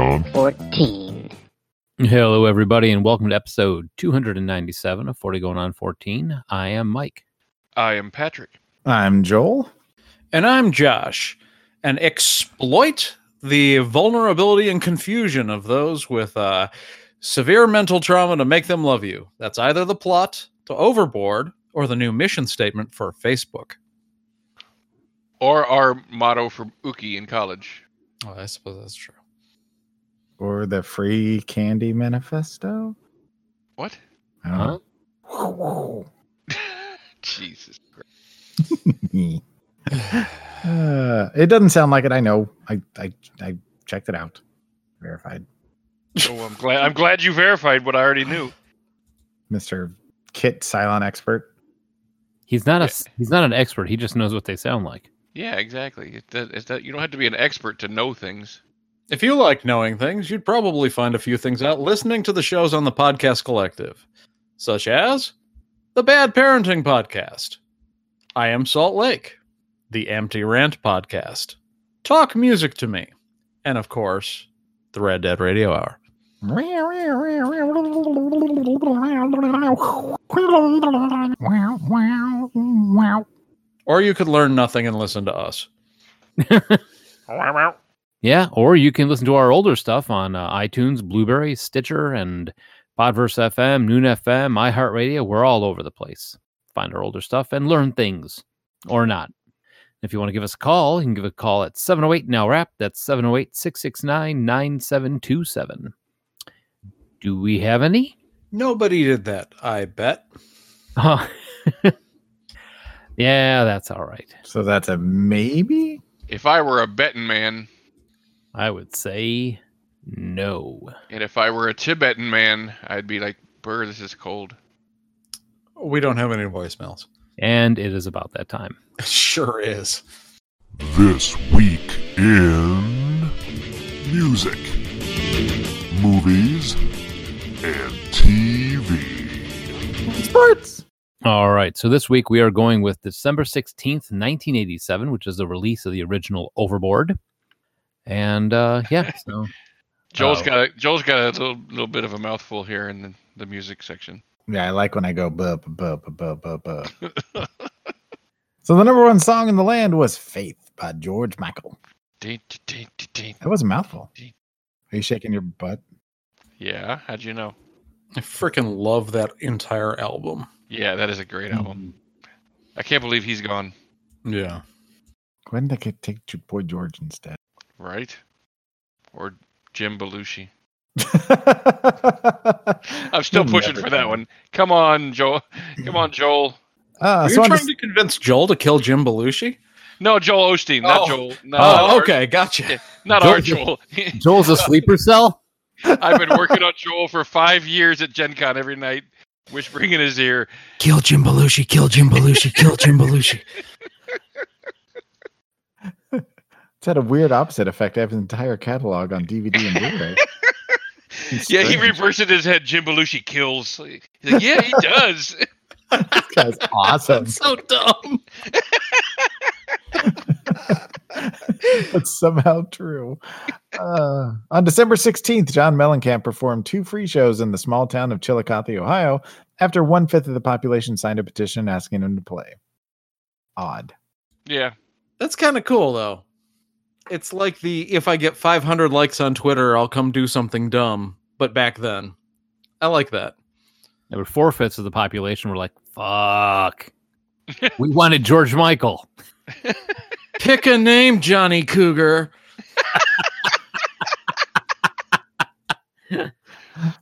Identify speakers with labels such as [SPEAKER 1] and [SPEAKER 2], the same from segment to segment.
[SPEAKER 1] 14.
[SPEAKER 2] Hello, everybody, and welcome to episode 297 of 40 Going On 14. I am Mike.
[SPEAKER 3] I am Patrick.
[SPEAKER 4] I'm Joel.
[SPEAKER 5] And I'm Josh, and exploit the vulnerability and confusion of those with uh, severe mental trauma to make them love you. That's either the plot to Overboard or the new mission statement for Facebook.
[SPEAKER 3] Or our motto for Uki in college.
[SPEAKER 5] Oh, I suppose that's true.
[SPEAKER 4] Or the free candy manifesto.
[SPEAKER 3] What?
[SPEAKER 4] I don't
[SPEAKER 2] Huh?
[SPEAKER 4] know.
[SPEAKER 3] Jesus. Christ.
[SPEAKER 4] uh, it doesn't sound like it. I know. I I, I checked it out. Verified.
[SPEAKER 3] Oh, I'm glad. I'm glad you verified what I already knew.
[SPEAKER 4] Mr. Kit Cylon expert.
[SPEAKER 2] He's not a he's not an expert. He just knows what they sound like.
[SPEAKER 3] Yeah, exactly. It, that, it's that, you don't have to be an expert to know things.
[SPEAKER 5] If you like knowing things, you'd probably find a few things out listening to the shows on the Podcast Collective, such as the Bad Parenting Podcast, I Am Salt Lake, the Empty Rant Podcast, Talk Music to Me, and of course, the Red Dead Radio Hour. Or you could learn nothing and listen to us.
[SPEAKER 2] Yeah, or you can listen to our older stuff on uh, iTunes, Blueberry, Stitcher, and Podverse FM, Noon FM, iHeartRadio. We're all over the place. Find our older stuff and learn things or not. If you want to give us a call, you can give a call at 708 Now Rap. That's 708 669 9727. Do we have any?
[SPEAKER 5] Nobody did that, I bet.
[SPEAKER 2] Huh. yeah, that's all right.
[SPEAKER 4] So that's a maybe.
[SPEAKER 3] If I were a betting man,
[SPEAKER 2] I would say no.
[SPEAKER 3] and if I were a Tibetan man, I'd be like, "Brr, this is cold."
[SPEAKER 5] We don't have any voicemails.
[SPEAKER 2] And it is about that time.
[SPEAKER 5] sure is.
[SPEAKER 6] This week in music, movies, and TV.
[SPEAKER 2] All right. So this week we are going with December 16th, 1987, which is the release of the original Overboard. And uh, yeah, so
[SPEAKER 3] Joel's
[SPEAKER 2] Oh.
[SPEAKER 3] got a, Joel's got a little, little bit of a mouthful here in the, the music section.
[SPEAKER 4] Yeah, I like when I go buh buh buh buh buh buh. so the number one song in the land was "Faith" by George Michael.
[SPEAKER 3] Ding, ding, ding, ding, ding.
[SPEAKER 4] That was a mouthful. Are you shaking your butt?
[SPEAKER 3] Yeah, how'd you know?
[SPEAKER 5] I freaking love that entire album.
[SPEAKER 3] Yeah, that is a great album. I can't believe he's gone.
[SPEAKER 5] Yeah.
[SPEAKER 4] When they could take your boy George instead.
[SPEAKER 3] Right? Or Jim Belushi. I'm
[SPEAKER 4] I'm
[SPEAKER 3] still pushing for that one. Come on, Joel. Come on, Joel.
[SPEAKER 4] Uh,
[SPEAKER 5] Are you
[SPEAKER 4] so on
[SPEAKER 5] trying
[SPEAKER 4] this-
[SPEAKER 5] to convince Joel to kill Jim Belushi?
[SPEAKER 3] No, Joel Osteen, not
[SPEAKER 5] Oh.
[SPEAKER 3] Joel. No,
[SPEAKER 5] oh,
[SPEAKER 3] our-
[SPEAKER 5] okay, gotcha.
[SPEAKER 3] Not our Joel.
[SPEAKER 2] Joel's a sleeper cell.
[SPEAKER 3] I've been working on Joel for five years at Gen Con every night, whispering in his ear.
[SPEAKER 5] Kill Jim Belushi, kill Jim Belushi, kill Jim Belushi.
[SPEAKER 4] it's had a weird opposite effect. I have an entire catalog on DVD and Blu-ray. It's
[SPEAKER 3] Yeah, he
[SPEAKER 4] strange.
[SPEAKER 3] reversed in his head. Jim Belushi kills. He's like, yeah, he does.
[SPEAKER 4] This guy's awesome.
[SPEAKER 5] so dumb.
[SPEAKER 4] That's somehow true. Uh, on December 16th, John Mellencamp performed two free shows in the small town of Chillicothe, Ohio, after one fifth of the population signed a petition asking him to play. Odd.
[SPEAKER 3] yeah,
[SPEAKER 5] That's kind of cool, though. It's like the if I get 500 likes on Twitter, I'll come do something dumb. But back then, I like that.
[SPEAKER 2] There were four fifths of the population were like, fuck. we wanted George Michael.
[SPEAKER 5] Pick a name, Johnny Cougar.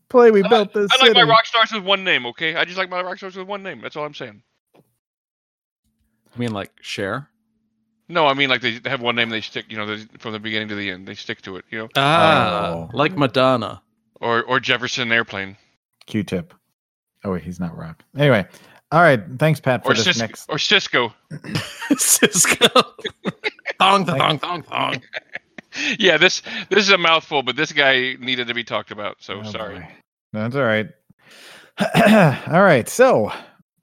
[SPEAKER 4] Play, we
[SPEAKER 3] I
[SPEAKER 4] built this.
[SPEAKER 3] I like my
[SPEAKER 4] city.
[SPEAKER 3] rock stars with one name. Okay, I just like my rock stars with one name. That's all I'm saying.
[SPEAKER 5] I mean, like, share.
[SPEAKER 3] No, I mean like they have one name. They stick, you know, they- from the beginning to the end. They stick to it, you know.
[SPEAKER 5] Ah,
[SPEAKER 4] Oh.
[SPEAKER 5] like Madonna.
[SPEAKER 3] Or or Jefferson Airplane.
[SPEAKER 4] Q-tip. Oh wait, he's not rock. Anyway, all right. Thanks, Pat, for
[SPEAKER 3] Or
[SPEAKER 4] this
[SPEAKER 3] Cisco.
[SPEAKER 4] next.
[SPEAKER 3] Or Cisco.
[SPEAKER 5] Cisco. thong, thong, thong, thong.
[SPEAKER 3] Yeah, this this is a mouthful, but this guy needed to be talked about. So
[SPEAKER 4] Oh,
[SPEAKER 3] sorry.
[SPEAKER 4] boy. No, that's all right. all right. So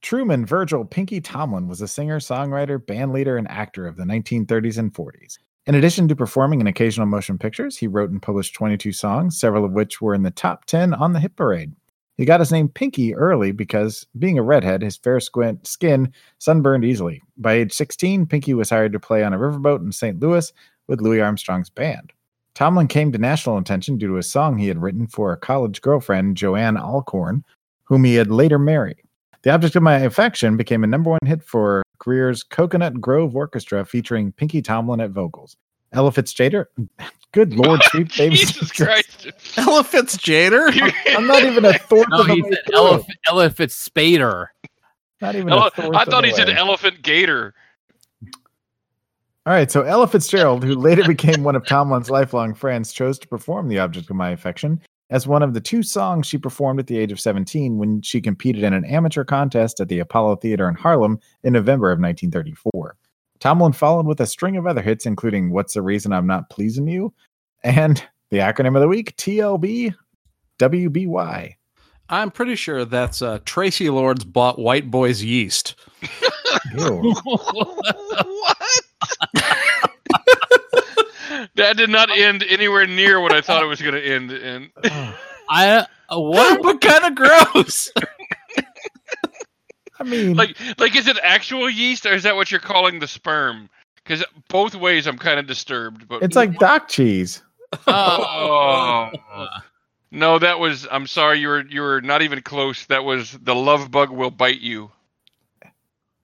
[SPEAKER 4] Truman Virgil Pinky Tomlin was a singer, songwriter, band leader, and actor of the 1930s and 40s. In addition to performing in occasional motion pictures, he wrote and published 22 songs, several of which were in the top 10 on the hit parade. He got his name Pinky early because, being a redhead, his fair squint skin sunburned easily. By age 16, Pinky was hired to play on a riverboat in St. Louis with Louis Armstrong's band. Tomlin came to national attention due to a song he had written for a college girlfriend, Joanne Alcorn, whom he had later married. The Object of My Affection became a number one hit for Greer's Coconut Grove Orchestra featuring Pinky Tomlin at vocals. Ella Fitzjader, good lord, sweet baby.
[SPEAKER 3] Jesus Christ.
[SPEAKER 5] Ella Fitzjader?
[SPEAKER 4] I'm not even a thorn.
[SPEAKER 2] No, he said elef- elephant spader.
[SPEAKER 4] Not even
[SPEAKER 3] Ele-
[SPEAKER 4] a thorn.
[SPEAKER 3] I thought he said elephant gator.
[SPEAKER 4] All right, so Ella Fitzgerald, who later became one of Tomlin's lifelong friends, chose to perform The Object of My Affection as one of the two songs she performed at the age of 17 when she competed in an amateur contest at the Apollo Theater in Harlem in November of 1934. Tomlin followed with a string of other hits, including What's the Reason I'm Not Pleasing You? and the acronym of the week, TLB WBY.
[SPEAKER 5] I'm pretty sure that's uh, Tracy Lords bought White Boy's yeast.
[SPEAKER 4] Ew.
[SPEAKER 3] what? that did not end anywhere near what I thought it was going to end. And
[SPEAKER 2] I uh, what?
[SPEAKER 5] but kind of gross.
[SPEAKER 4] I mean,
[SPEAKER 3] like, like, is it actual yeast or is that what you're calling the sperm? Because both ways, I'm kind of disturbed. But
[SPEAKER 4] it's like dock cheese.
[SPEAKER 2] Uh,
[SPEAKER 3] oh. No, that was. I'm sorry, you were you were not even close. That was the love bug will bite you.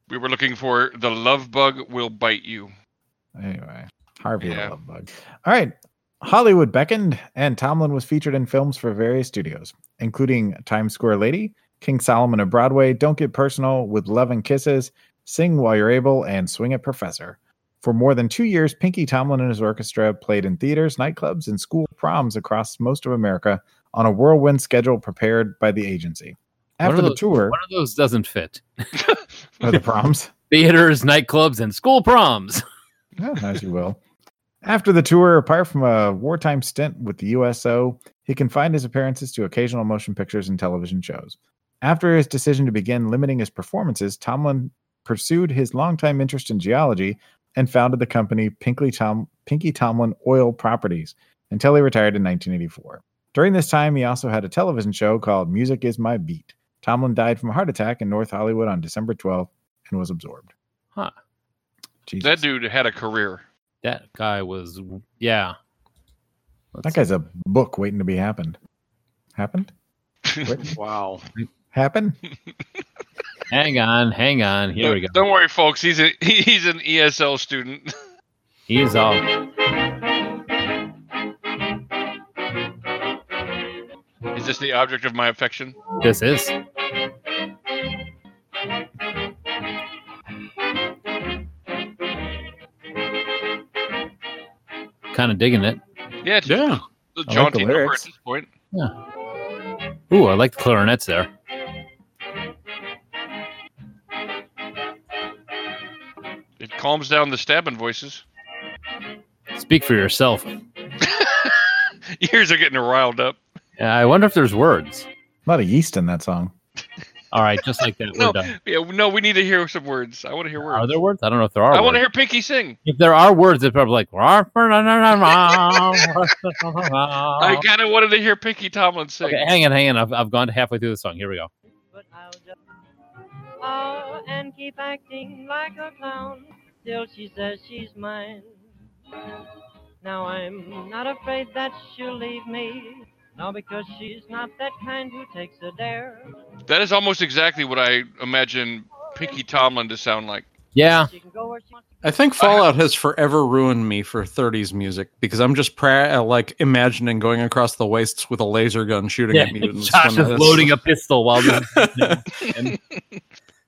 [SPEAKER 3] We were looking for the love bug will bite you.
[SPEAKER 4] Anyway, Harvey
[SPEAKER 3] Yeah.
[SPEAKER 4] the Love Bug. All right. Hollywood beckoned, and Tomlin was featured in films for various studios, including Times Square Lady, King Solomon of Broadway, Don't Get Personal, With Love and Kisses, Sing While You're Able, and Swing It Professor. For more than two years, Pinky Tomlin and his orchestra played in theaters, nightclubs, and school proms across most of America on a whirlwind schedule prepared by the agency.
[SPEAKER 2] What are
[SPEAKER 4] After the
[SPEAKER 2] those-
[SPEAKER 4] tour,
[SPEAKER 2] One of those doesn't fit.
[SPEAKER 4] or the proms,
[SPEAKER 2] Theaters, nightclubs, and school proms.
[SPEAKER 4] Yeah, as you will. After the tour, apart from a wartime stint with the USO, he confined his appearances to occasional motion pictures and television shows. After his decision to begin limiting his performances, Tomlin pursued his longtime interest in geology and founded the company Pinkley Tom- Pinky Tomlin Oil Properties until he retired in 1984. During this time, he also had a television show called Music Is My Beat. Tomlin died from a heart attack in North Hollywood on December 12th and was absorbed.
[SPEAKER 2] Huh.
[SPEAKER 4] Jesus.
[SPEAKER 3] That dude had a career.
[SPEAKER 2] That guy was yeah.
[SPEAKER 4] That guy's a book waiting to be happened. Happened?
[SPEAKER 5] Wow.
[SPEAKER 4] Happen?
[SPEAKER 2] Hang on, hang on. Here we
[SPEAKER 3] Don't-
[SPEAKER 2] go.
[SPEAKER 3] Don't worry, folks. He's a he- he's an ESL student.
[SPEAKER 2] He's all
[SPEAKER 3] Is this the object of my affection?
[SPEAKER 2] this is. Kind of digging it.
[SPEAKER 3] Yeah, it's a
[SPEAKER 5] Yeah.
[SPEAKER 4] the
[SPEAKER 3] jaunty number at
[SPEAKER 4] lyrics.
[SPEAKER 3] this point.
[SPEAKER 2] Ooh, I like the clarinets there.
[SPEAKER 3] It calms down the stabbing voices.
[SPEAKER 2] Speak for yourself.
[SPEAKER 3] Ears are getting riled up.
[SPEAKER 2] I wonder if there's words.
[SPEAKER 4] A lot of yeast in that song.
[SPEAKER 2] All right, just like that.
[SPEAKER 3] No.
[SPEAKER 2] We're done.
[SPEAKER 3] Yeah, no, we need to hear some words. I want to hear words.
[SPEAKER 2] Are there words? I don't know if there are.
[SPEAKER 3] I
[SPEAKER 2] words.
[SPEAKER 3] want to hear Pinky sing.
[SPEAKER 2] if there are words, they're probably like.
[SPEAKER 3] I kind of wanted to hear Pinky Tomlin sing.
[SPEAKER 2] Oh. Okay, hang on, hang on. I've, I've gone halfway through the song. Here we go.
[SPEAKER 1] but I'll just oh and keep acting like a clown till she says she's mine. Now I'm not afraid that she'll leave me. No, because she's not that kind who takes a dare.
[SPEAKER 3] That is almost exactly what I imagine Pinky Tomlin to sound like.
[SPEAKER 2] Yeah,
[SPEAKER 1] She can go where she wants
[SPEAKER 5] I think Fallout has forever ruined me for 30s music because I'm just pra- uh, like imagining going across the wastes with a laser gun shooting
[SPEAKER 2] yeah.
[SPEAKER 5] at me. and
[SPEAKER 2] Josh is loading a pistol while this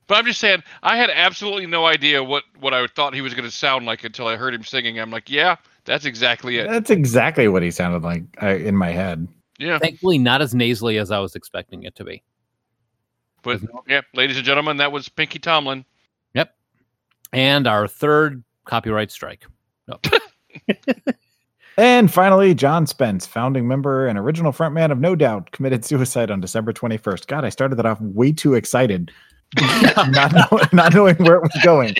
[SPEAKER 3] But I'm just saying, I had absolutely no idea what what I thought he was going to sound like until I heard him singing. I'm like, yeah, that's exactly it.
[SPEAKER 4] That's exactly what he sounded like uh, in my head.
[SPEAKER 3] Yeah,
[SPEAKER 2] thankfully not as nasally as I was expecting it to be.
[SPEAKER 3] but yeah, ladies and gentlemen, that was Pinky Tomlin.
[SPEAKER 2] And our third copyright strike.
[SPEAKER 4] And finally, John Spence, founding member and original frontman of No Doubt, committed suicide on December 21st. God, I started that off way too excited, not, know- not knowing where it was going.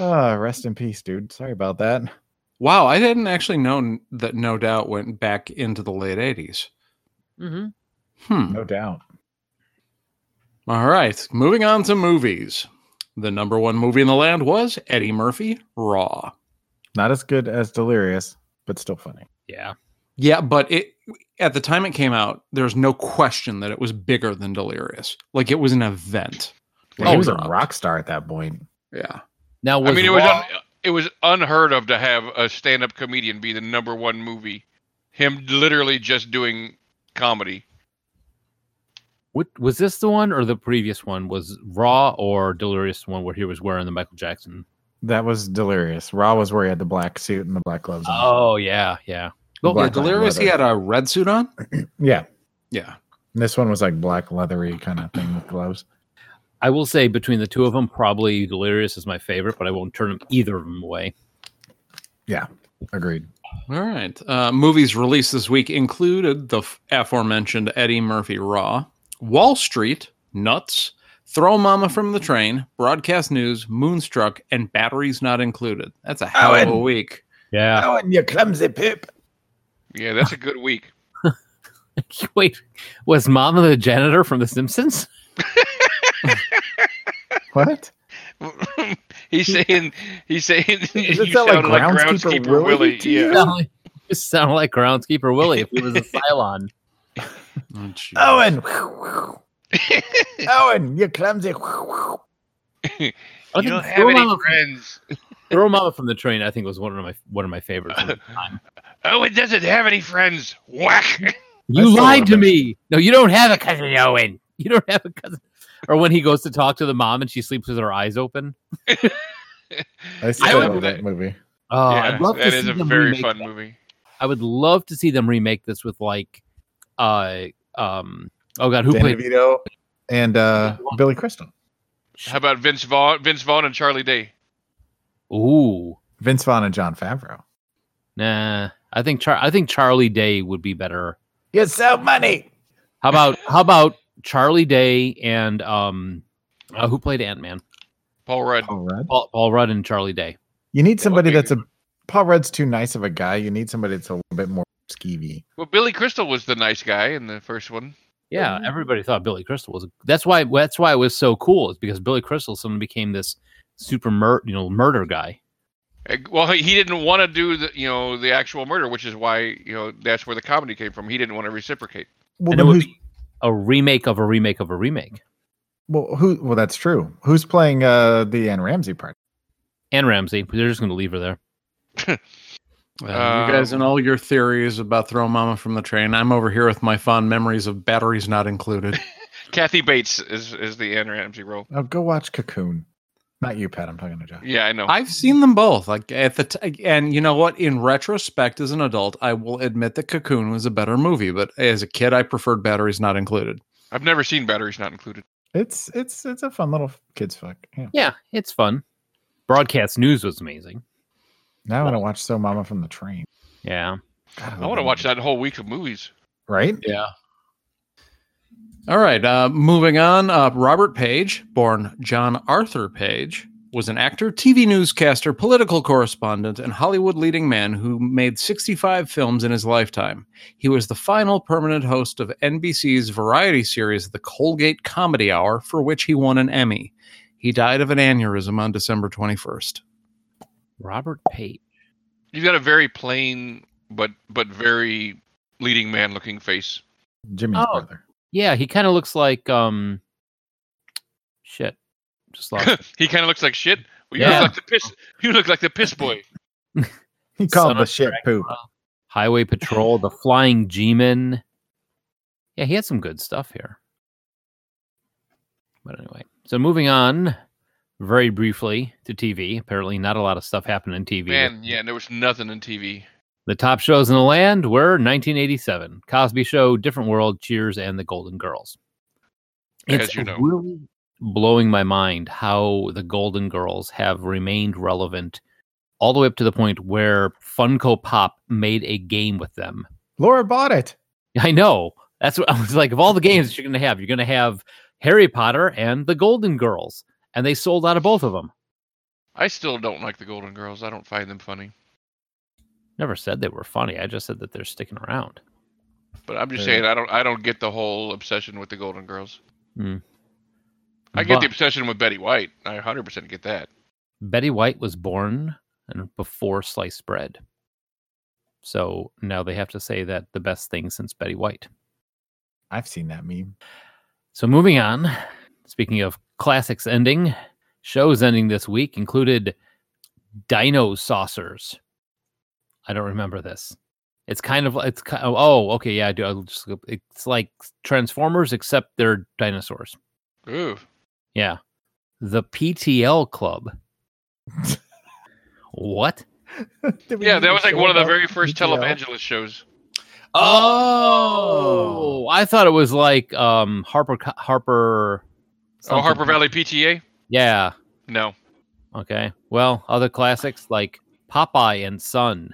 [SPEAKER 4] Ah, rest in peace, dude. Sorry about that.
[SPEAKER 5] Wow, I didn't actually know n- that No Doubt went back into the late 80s.
[SPEAKER 2] Mm-hmm.
[SPEAKER 5] Hmm.
[SPEAKER 4] No doubt.
[SPEAKER 5] All right, moving on to movies. The number one movie in the land was Eddie Murphy Raw.
[SPEAKER 4] Not as good as Delirious, but still funny.
[SPEAKER 2] Yeah.
[SPEAKER 5] Yeah, but it at the time it came out, there's no question that it was bigger than Delirious. Like it was an event.
[SPEAKER 4] Yeah,
[SPEAKER 5] Oh,
[SPEAKER 4] he was a
[SPEAKER 5] God.
[SPEAKER 4] rock star at that point.
[SPEAKER 5] Yeah.
[SPEAKER 2] Now, was
[SPEAKER 3] I mean, it
[SPEAKER 2] Raw,
[SPEAKER 3] was un, it was unheard of to have a stand-up comedian be the number one movie. Him literally just doing comedy.
[SPEAKER 2] what, was this the one or the previous one? Was Raw or Delirious the one where he was wearing the Michael Jackson?
[SPEAKER 4] That was Delirious. Raw was where he had the black suit and the black gloves on.
[SPEAKER 2] Oh yeah, yeah. Well,
[SPEAKER 5] yeah
[SPEAKER 4] Black on
[SPEAKER 5] Delirious, he had
[SPEAKER 4] leather.
[SPEAKER 5] a red suit on.
[SPEAKER 4] Yeah.
[SPEAKER 5] Yeah.
[SPEAKER 4] And This one was like black leathery kind of thing with gloves.
[SPEAKER 2] I will say between the two of them, probably Delirious is my favorite, but I won't turn either of them away.
[SPEAKER 4] Agreed.
[SPEAKER 5] All right. Uh, movies released this week included the f- aforementioned Eddie Murphy Raw, Wall Street, Nuts, Throw Mama from the Train, Broadcast News, Moonstruck, and Batteries Not Included. That's a hell of a
[SPEAKER 4] Owen.
[SPEAKER 5] week.
[SPEAKER 2] Yeah.
[SPEAKER 4] oh, and you clumsy pip.
[SPEAKER 3] Yeah, that's a good week.
[SPEAKER 2] Wait, was Mama the janitor from The Simpsons?
[SPEAKER 4] What?
[SPEAKER 3] he's saying he's saying
[SPEAKER 4] Does
[SPEAKER 3] you
[SPEAKER 4] it sound like
[SPEAKER 3] sounded like
[SPEAKER 4] Groundskeeper
[SPEAKER 3] groundskeeper,
[SPEAKER 4] Willie
[SPEAKER 3] Willie.
[SPEAKER 4] to you?
[SPEAKER 3] Yeah.
[SPEAKER 2] Sound like- Just sound like groundskeeper Willie if he was a Cylon.
[SPEAKER 5] Oh, jeez.
[SPEAKER 4] Owen. Owen, you clumsy.
[SPEAKER 2] I
[SPEAKER 3] you don't
[SPEAKER 2] think
[SPEAKER 3] have any
[SPEAKER 2] Mama,
[SPEAKER 3] friends.
[SPEAKER 2] Throw Mama from the Train, I think was one of my one of my favorites. of the time.
[SPEAKER 3] Oh, it doesn't have any friends. Whack.
[SPEAKER 2] You
[SPEAKER 4] still
[SPEAKER 2] lied to
[SPEAKER 4] love it.
[SPEAKER 2] me. No, you don't have a cousin, Owen. You don't have a cousin. Or when he goes to talk to the mom and she sleeps with her eyes open.
[SPEAKER 4] I still
[SPEAKER 2] I would-
[SPEAKER 4] love that movie.
[SPEAKER 2] Oh,
[SPEAKER 3] yeah,
[SPEAKER 2] I'd love to
[SPEAKER 3] that
[SPEAKER 2] see
[SPEAKER 3] is a
[SPEAKER 2] them
[SPEAKER 3] very
[SPEAKER 2] remake
[SPEAKER 3] fun
[SPEAKER 2] that.
[SPEAKER 3] movie.
[SPEAKER 2] I would love to see them remake this with like, uh, um, oh god, who
[SPEAKER 4] Dan
[SPEAKER 2] played?
[SPEAKER 4] DeVito and uh, Billy Crystal.
[SPEAKER 3] How about Vince Vaughn, Vince Vaughn and Charlie Day?
[SPEAKER 2] Ooh,
[SPEAKER 4] Vince Vaughn and John Favreau.
[SPEAKER 2] nah. I think Char- I think Charlie Day would be better.
[SPEAKER 4] You sell money.
[SPEAKER 2] How about how about Charlie Day and um, uh, who played Ant Man?
[SPEAKER 3] Paul Rudd.
[SPEAKER 4] Paul Rudd.
[SPEAKER 2] Paul, Paul Rudd and Charlie Day.
[SPEAKER 4] You need somebody
[SPEAKER 3] be
[SPEAKER 4] that's a Paul Rudd's too nice of a guy. You need somebody that's a little bit more skeevy.
[SPEAKER 3] Well, Billy Crystal was the nice guy in the first one.
[SPEAKER 2] Yeah,
[SPEAKER 4] Mm-hmm.
[SPEAKER 2] everybody thought Billy Crystal was. That's why that's why it was so cool. Is because Billy Crystal someone became this super mur- you know murder guy.
[SPEAKER 3] Uh, Well, he he didn't want to do the you know the actual murder, which is why you know that's where the comedy came from. He didn't want to reciprocate.
[SPEAKER 4] Well,
[SPEAKER 2] and it
[SPEAKER 4] then
[SPEAKER 2] would
[SPEAKER 4] who's,
[SPEAKER 2] be a remake of a remake of a remake.
[SPEAKER 4] well, who? Well, that's true. Who's playing uh, the Ann Ramsey part?
[SPEAKER 2] And Ramsey, they're just going to leave her there.
[SPEAKER 5] Uh, you guys
[SPEAKER 3] Um,
[SPEAKER 5] and all your theories about Throw Mama from the Train. I'm over here with my fond memories of Batteries Not Included.
[SPEAKER 3] Kathy Bates is is the Anne Ramsey role.
[SPEAKER 4] Oh, go watch Cocoon. Not you, Pat. I'm talking to Josh.
[SPEAKER 3] Yeah, I know.
[SPEAKER 5] I've seen them both. Like at the t- and you know what? In retrospect, as an adult, I will admit that Cocoon was a better movie, but as a kid, I preferred Batteries Not Included.
[SPEAKER 3] I've never seen Batteries Not Included.
[SPEAKER 4] It's it's it's a fun little kids flick. Yeah.
[SPEAKER 2] Yeah, it's fun. Broadcast news was amazing.
[SPEAKER 4] Now I want to watch So Mama from the Train.
[SPEAKER 2] Yeah.
[SPEAKER 3] I want to watch that whole week of movies.
[SPEAKER 4] Right?
[SPEAKER 5] Yeah. All right. Uh, moving on. Uh, Robert Page, born John Arthur Page, was an actor, TV newscaster, political correspondent, and Hollywood leading man who made 65 films in his lifetime. He was the final permanent host of NBC's variety series, The Colgate Comedy Hour, for which he won an Emmy. He died of an aneurysm on December 21st.
[SPEAKER 2] Robert Pate.
[SPEAKER 3] You've got a very plain but but very leading man looking face.
[SPEAKER 4] Jimmy's
[SPEAKER 2] Oh.
[SPEAKER 4] brother.
[SPEAKER 2] Yeah, he kind of looks like um shit. Just lost. it.
[SPEAKER 3] he kind of looks like shit. Well, you
[SPEAKER 2] Yeah.
[SPEAKER 3] look like the piss. You look like the piss boy.
[SPEAKER 4] He
[SPEAKER 2] Son
[SPEAKER 4] called the
[SPEAKER 2] of
[SPEAKER 4] shit poop.
[SPEAKER 2] Highway Patrol, The Flying G-Man. Yeah, he had some good stuff here. But anyway, so moving on very briefly to TV. Apparently, not a lot of stuff happened in TV.
[SPEAKER 3] Man, yeah, there was nothing in TV.
[SPEAKER 2] The top shows in the land were 1987, Cosby Show, Different World, Cheers, and The Golden Girls.
[SPEAKER 3] As you know.
[SPEAKER 2] really blowing my mind how the Golden Girls have remained relevant all the way up to the point where Funko Pop made a game with them.
[SPEAKER 4] Laura bought it.
[SPEAKER 2] I know. That's what I was like. Of all the games that you're going to have, you're going to have Harry Potter and The Golden Girls, and they sold out of both of them.
[SPEAKER 3] I still don't like the Golden Girls. I don't find them funny.
[SPEAKER 2] Never said they were funny. I just said that they're sticking around.
[SPEAKER 3] But I'm just
[SPEAKER 2] Fair.
[SPEAKER 3] saying I don't I don't get the whole obsession with the Golden Girls.
[SPEAKER 2] Hmm.
[SPEAKER 3] I get the
[SPEAKER 2] But-
[SPEAKER 3] obsession with Betty White. I 100% get that.
[SPEAKER 2] Betty White was born and before sliced bread. So now they have to say that the best thing since Betty White.
[SPEAKER 4] I've seen that meme.
[SPEAKER 2] So moving on, speaking of classics ending, shows ending this week included Dino Saucers. I don't remember this. It's kind of it's ki- oh okay yeah I do I'll just look- it's like Transformers except they're dinosaurs.
[SPEAKER 3] Ooh.
[SPEAKER 2] Yeah. The PTL Club. what?
[SPEAKER 4] Did we
[SPEAKER 3] Yeah,
[SPEAKER 4] do
[SPEAKER 3] that
[SPEAKER 4] a
[SPEAKER 3] was like
[SPEAKER 4] show
[SPEAKER 3] one of the
[SPEAKER 4] about
[SPEAKER 3] very first
[SPEAKER 4] PTL?
[SPEAKER 3] televangelist shows. Oh,
[SPEAKER 2] Oh, I thought it was like um Harper Co- Harper.
[SPEAKER 3] Oh,
[SPEAKER 2] something.
[SPEAKER 3] Harper Valley PTA?
[SPEAKER 2] Yeah.
[SPEAKER 3] No.
[SPEAKER 2] Okay. Well, other classics like Popeye and Son,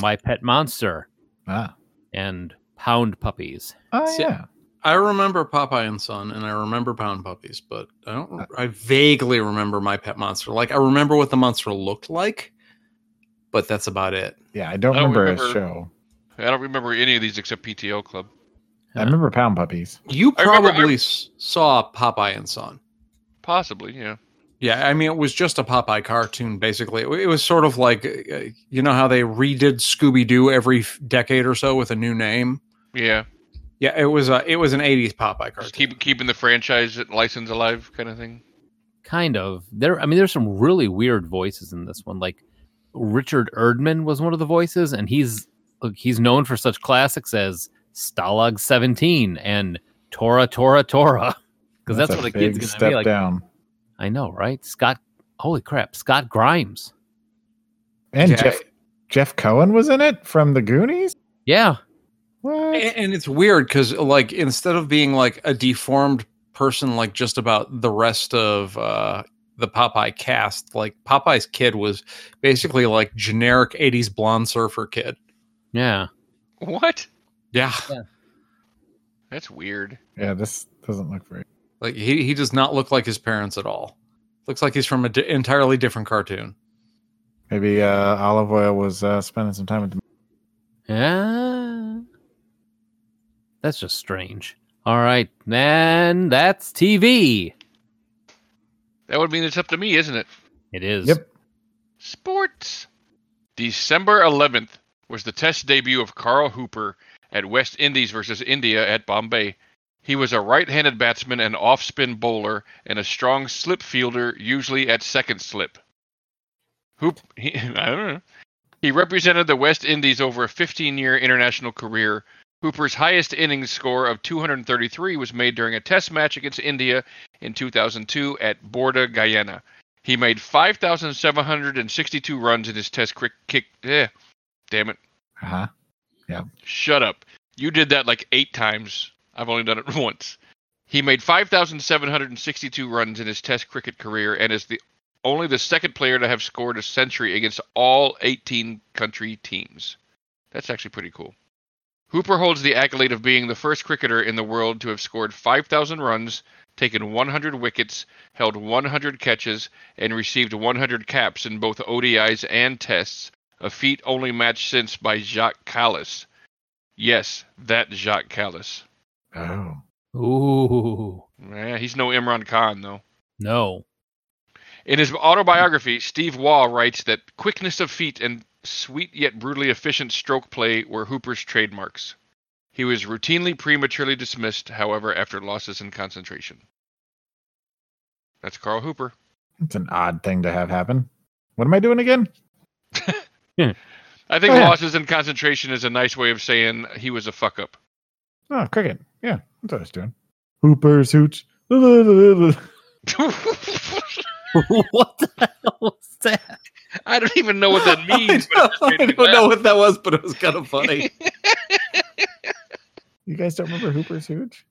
[SPEAKER 2] My Pet Monster,
[SPEAKER 4] Ah.
[SPEAKER 2] and Pound Puppies.
[SPEAKER 4] Oh,
[SPEAKER 5] See-
[SPEAKER 4] yeah.
[SPEAKER 5] I remember Popeye and Son, and I remember Pound Puppies, but I
[SPEAKER 3] Uh
[SPEAKER 5] don't. I vaguely remember My Pet Monster. Like I remember what the monster looked like, but that's about it.
[SPEAKER 4] Yeah, I don't
[SPEAKER 3] I don't
[SPEAKER 4] remember, a
[SPEAKER 3] remember.
[SPEAKER 4] show.
[SPEAKER 3] I don't remember any of these except PTO Club.
[SPEAKER 4] I remember Pound Puppies.
[SPEAKER 5] You
[SPEAKER 3] I remember-
[SPEAKER 5] probably s- saw Popeye and Son.
[SPEAKER 3] Possibly, yeah.
[SPEAKER 5] Yeah, I mean it was just a Popeye cartoon. Basically, it, it was sort of like uh, you know how they redid Scooby Doo every f- decade or so with a new name.
[SPEAKER 3] Yeah.
[SPEAKER 5] Yeah, it was a it was an '80s Popeye cartoon.
[SPEAKER 3] Just keep keeping the franchise license alive kind of thing.
[SPEAKER 2] Kind of. There I mean there's some really weird voices in this one. Like Richard Erdman was one of the voices and he's look, he's known for such classics as Stalag 17 and Tora Tora Tora. Because that's,
[SPEAKER 4] a
[SPEAKER 2] what the kid's
[SPEAKER 4] big
[SPEAKER 2] gonna
[SPEAKER 4] step
[SPEAKER 2] be like.
[SPEAKER 4] down.
[SPEAKER 2] I know, right? Scott, holy crap, Scott Grimes.
[SPEAKER 4] And
[SPEAKER 5] Yeah.
[SPEAKER 4] Jeff Jeff Cohen was in it from the Goonies.
[SPEAKER 2] Yeah,
[SPEAKER 4] What?
[SPEAKER 5] A-
[SPEAKER 2] Eh.
[SPEAKER 5] and it's weird because like instead of being like a deformed person like just about the rest of uh the popeye cast like popeye's kid was basically like generic 80s blonde surfer kid
[SPEAKER 2] yeah.
[SPEAKER 3] What?
[SPEAKER 5] yeah
[SPEAKER 3] That's weird.
[SPEAKER 4] yeah, this doesn't look very.
[SPEAKER 5] like he, he does not look like his parents at all looks like he's from an entirely different cartoon
[SPEAKER 4] Maybe uh, olive oil was uh, spending some time with the.
[SPEAKER 2] Yeah. That's just strange. All right, then that's TV.
[SPEAKER 3] That would mean it's up to me, isn't it?
[SPEAKER 2] It is.
[SPEAKER 4] Yep.
[SPEAKER 3] Sports. December 11th was the test debut of Carl Hooper at West Indies versus India at Bombay. He was a right handed batsman and off spin bowler and a strong slip fielder, usually at second slip. Hoop, he, I don't know. He represented the West Indies over a 15 year international career. Hooper's highest innings score of 233 was made during a test match against India in 2002 at Borda, Guyana. He made 5,762 runs in his test crick kick. Yeah, damn it.
[SPEAKER 4] Uh
[SPEAKER 5] Uh-huh.
[SPEAKER 4] huh.
[SPEAKER 3] Shut up. You did that like eight times. I've only done it once. He made 5,762 runs in his test cricket career and is the only the second player to have scored a century against all 18 country teams. That's actually pretty cool. Hooper holds the accolade of being the first cricketer in the world to have scored 5,000 runs, taken 100 wickets, held 100 catches, and received 100 caps in both ODIs and tests, a feat only matched since by Jacques Callas. Yes, that Jacques Callas.
[SPEAKER 4] Oh.
[SPEAKER 2] Ooh.
[SPEAKER 3] Eh, he's no Imran Khan, though.
[SPEAKER 2] No.
[SPEAKER 3] In his autobiography, Steve Waugh writes that quickness of feet and sweet yet brutally efficient stroke play were Hooper's trademarks. He was routinely prematurely dismissed, however, after losses in concentration. That's Carl Hooper.
[SPEAKER 4] It's an odd thing to have happen. What am I doing again?
[SPEAKER 3] I think
[SPEAKER 4] Oh, yeah.
[SPEAKER 3] losses in concentration is a nice way of saying he was a fuck up.
[SPEAKER 4] Oh, cricket. Yeah, that's what I was doing. Hoopers, hooch. I
[SPEAKER 2] what the hell was that?
[SPEAKER 3] I don't even know what that means.
[SPEAKER 5] I
[SPEAKER 3] but it just
[SPEAKER 5] don't,
[SPEAKER 3] made
[SPEAKER 5] I
[SPEAKER 3] me
[SPEAKER 5] don't
[SPEAKER 3] laugh.
[SPEAKER 5] know what that was but it was kind of funny
[SPEAKER 4] You guys don't remember Hoopers, hooch?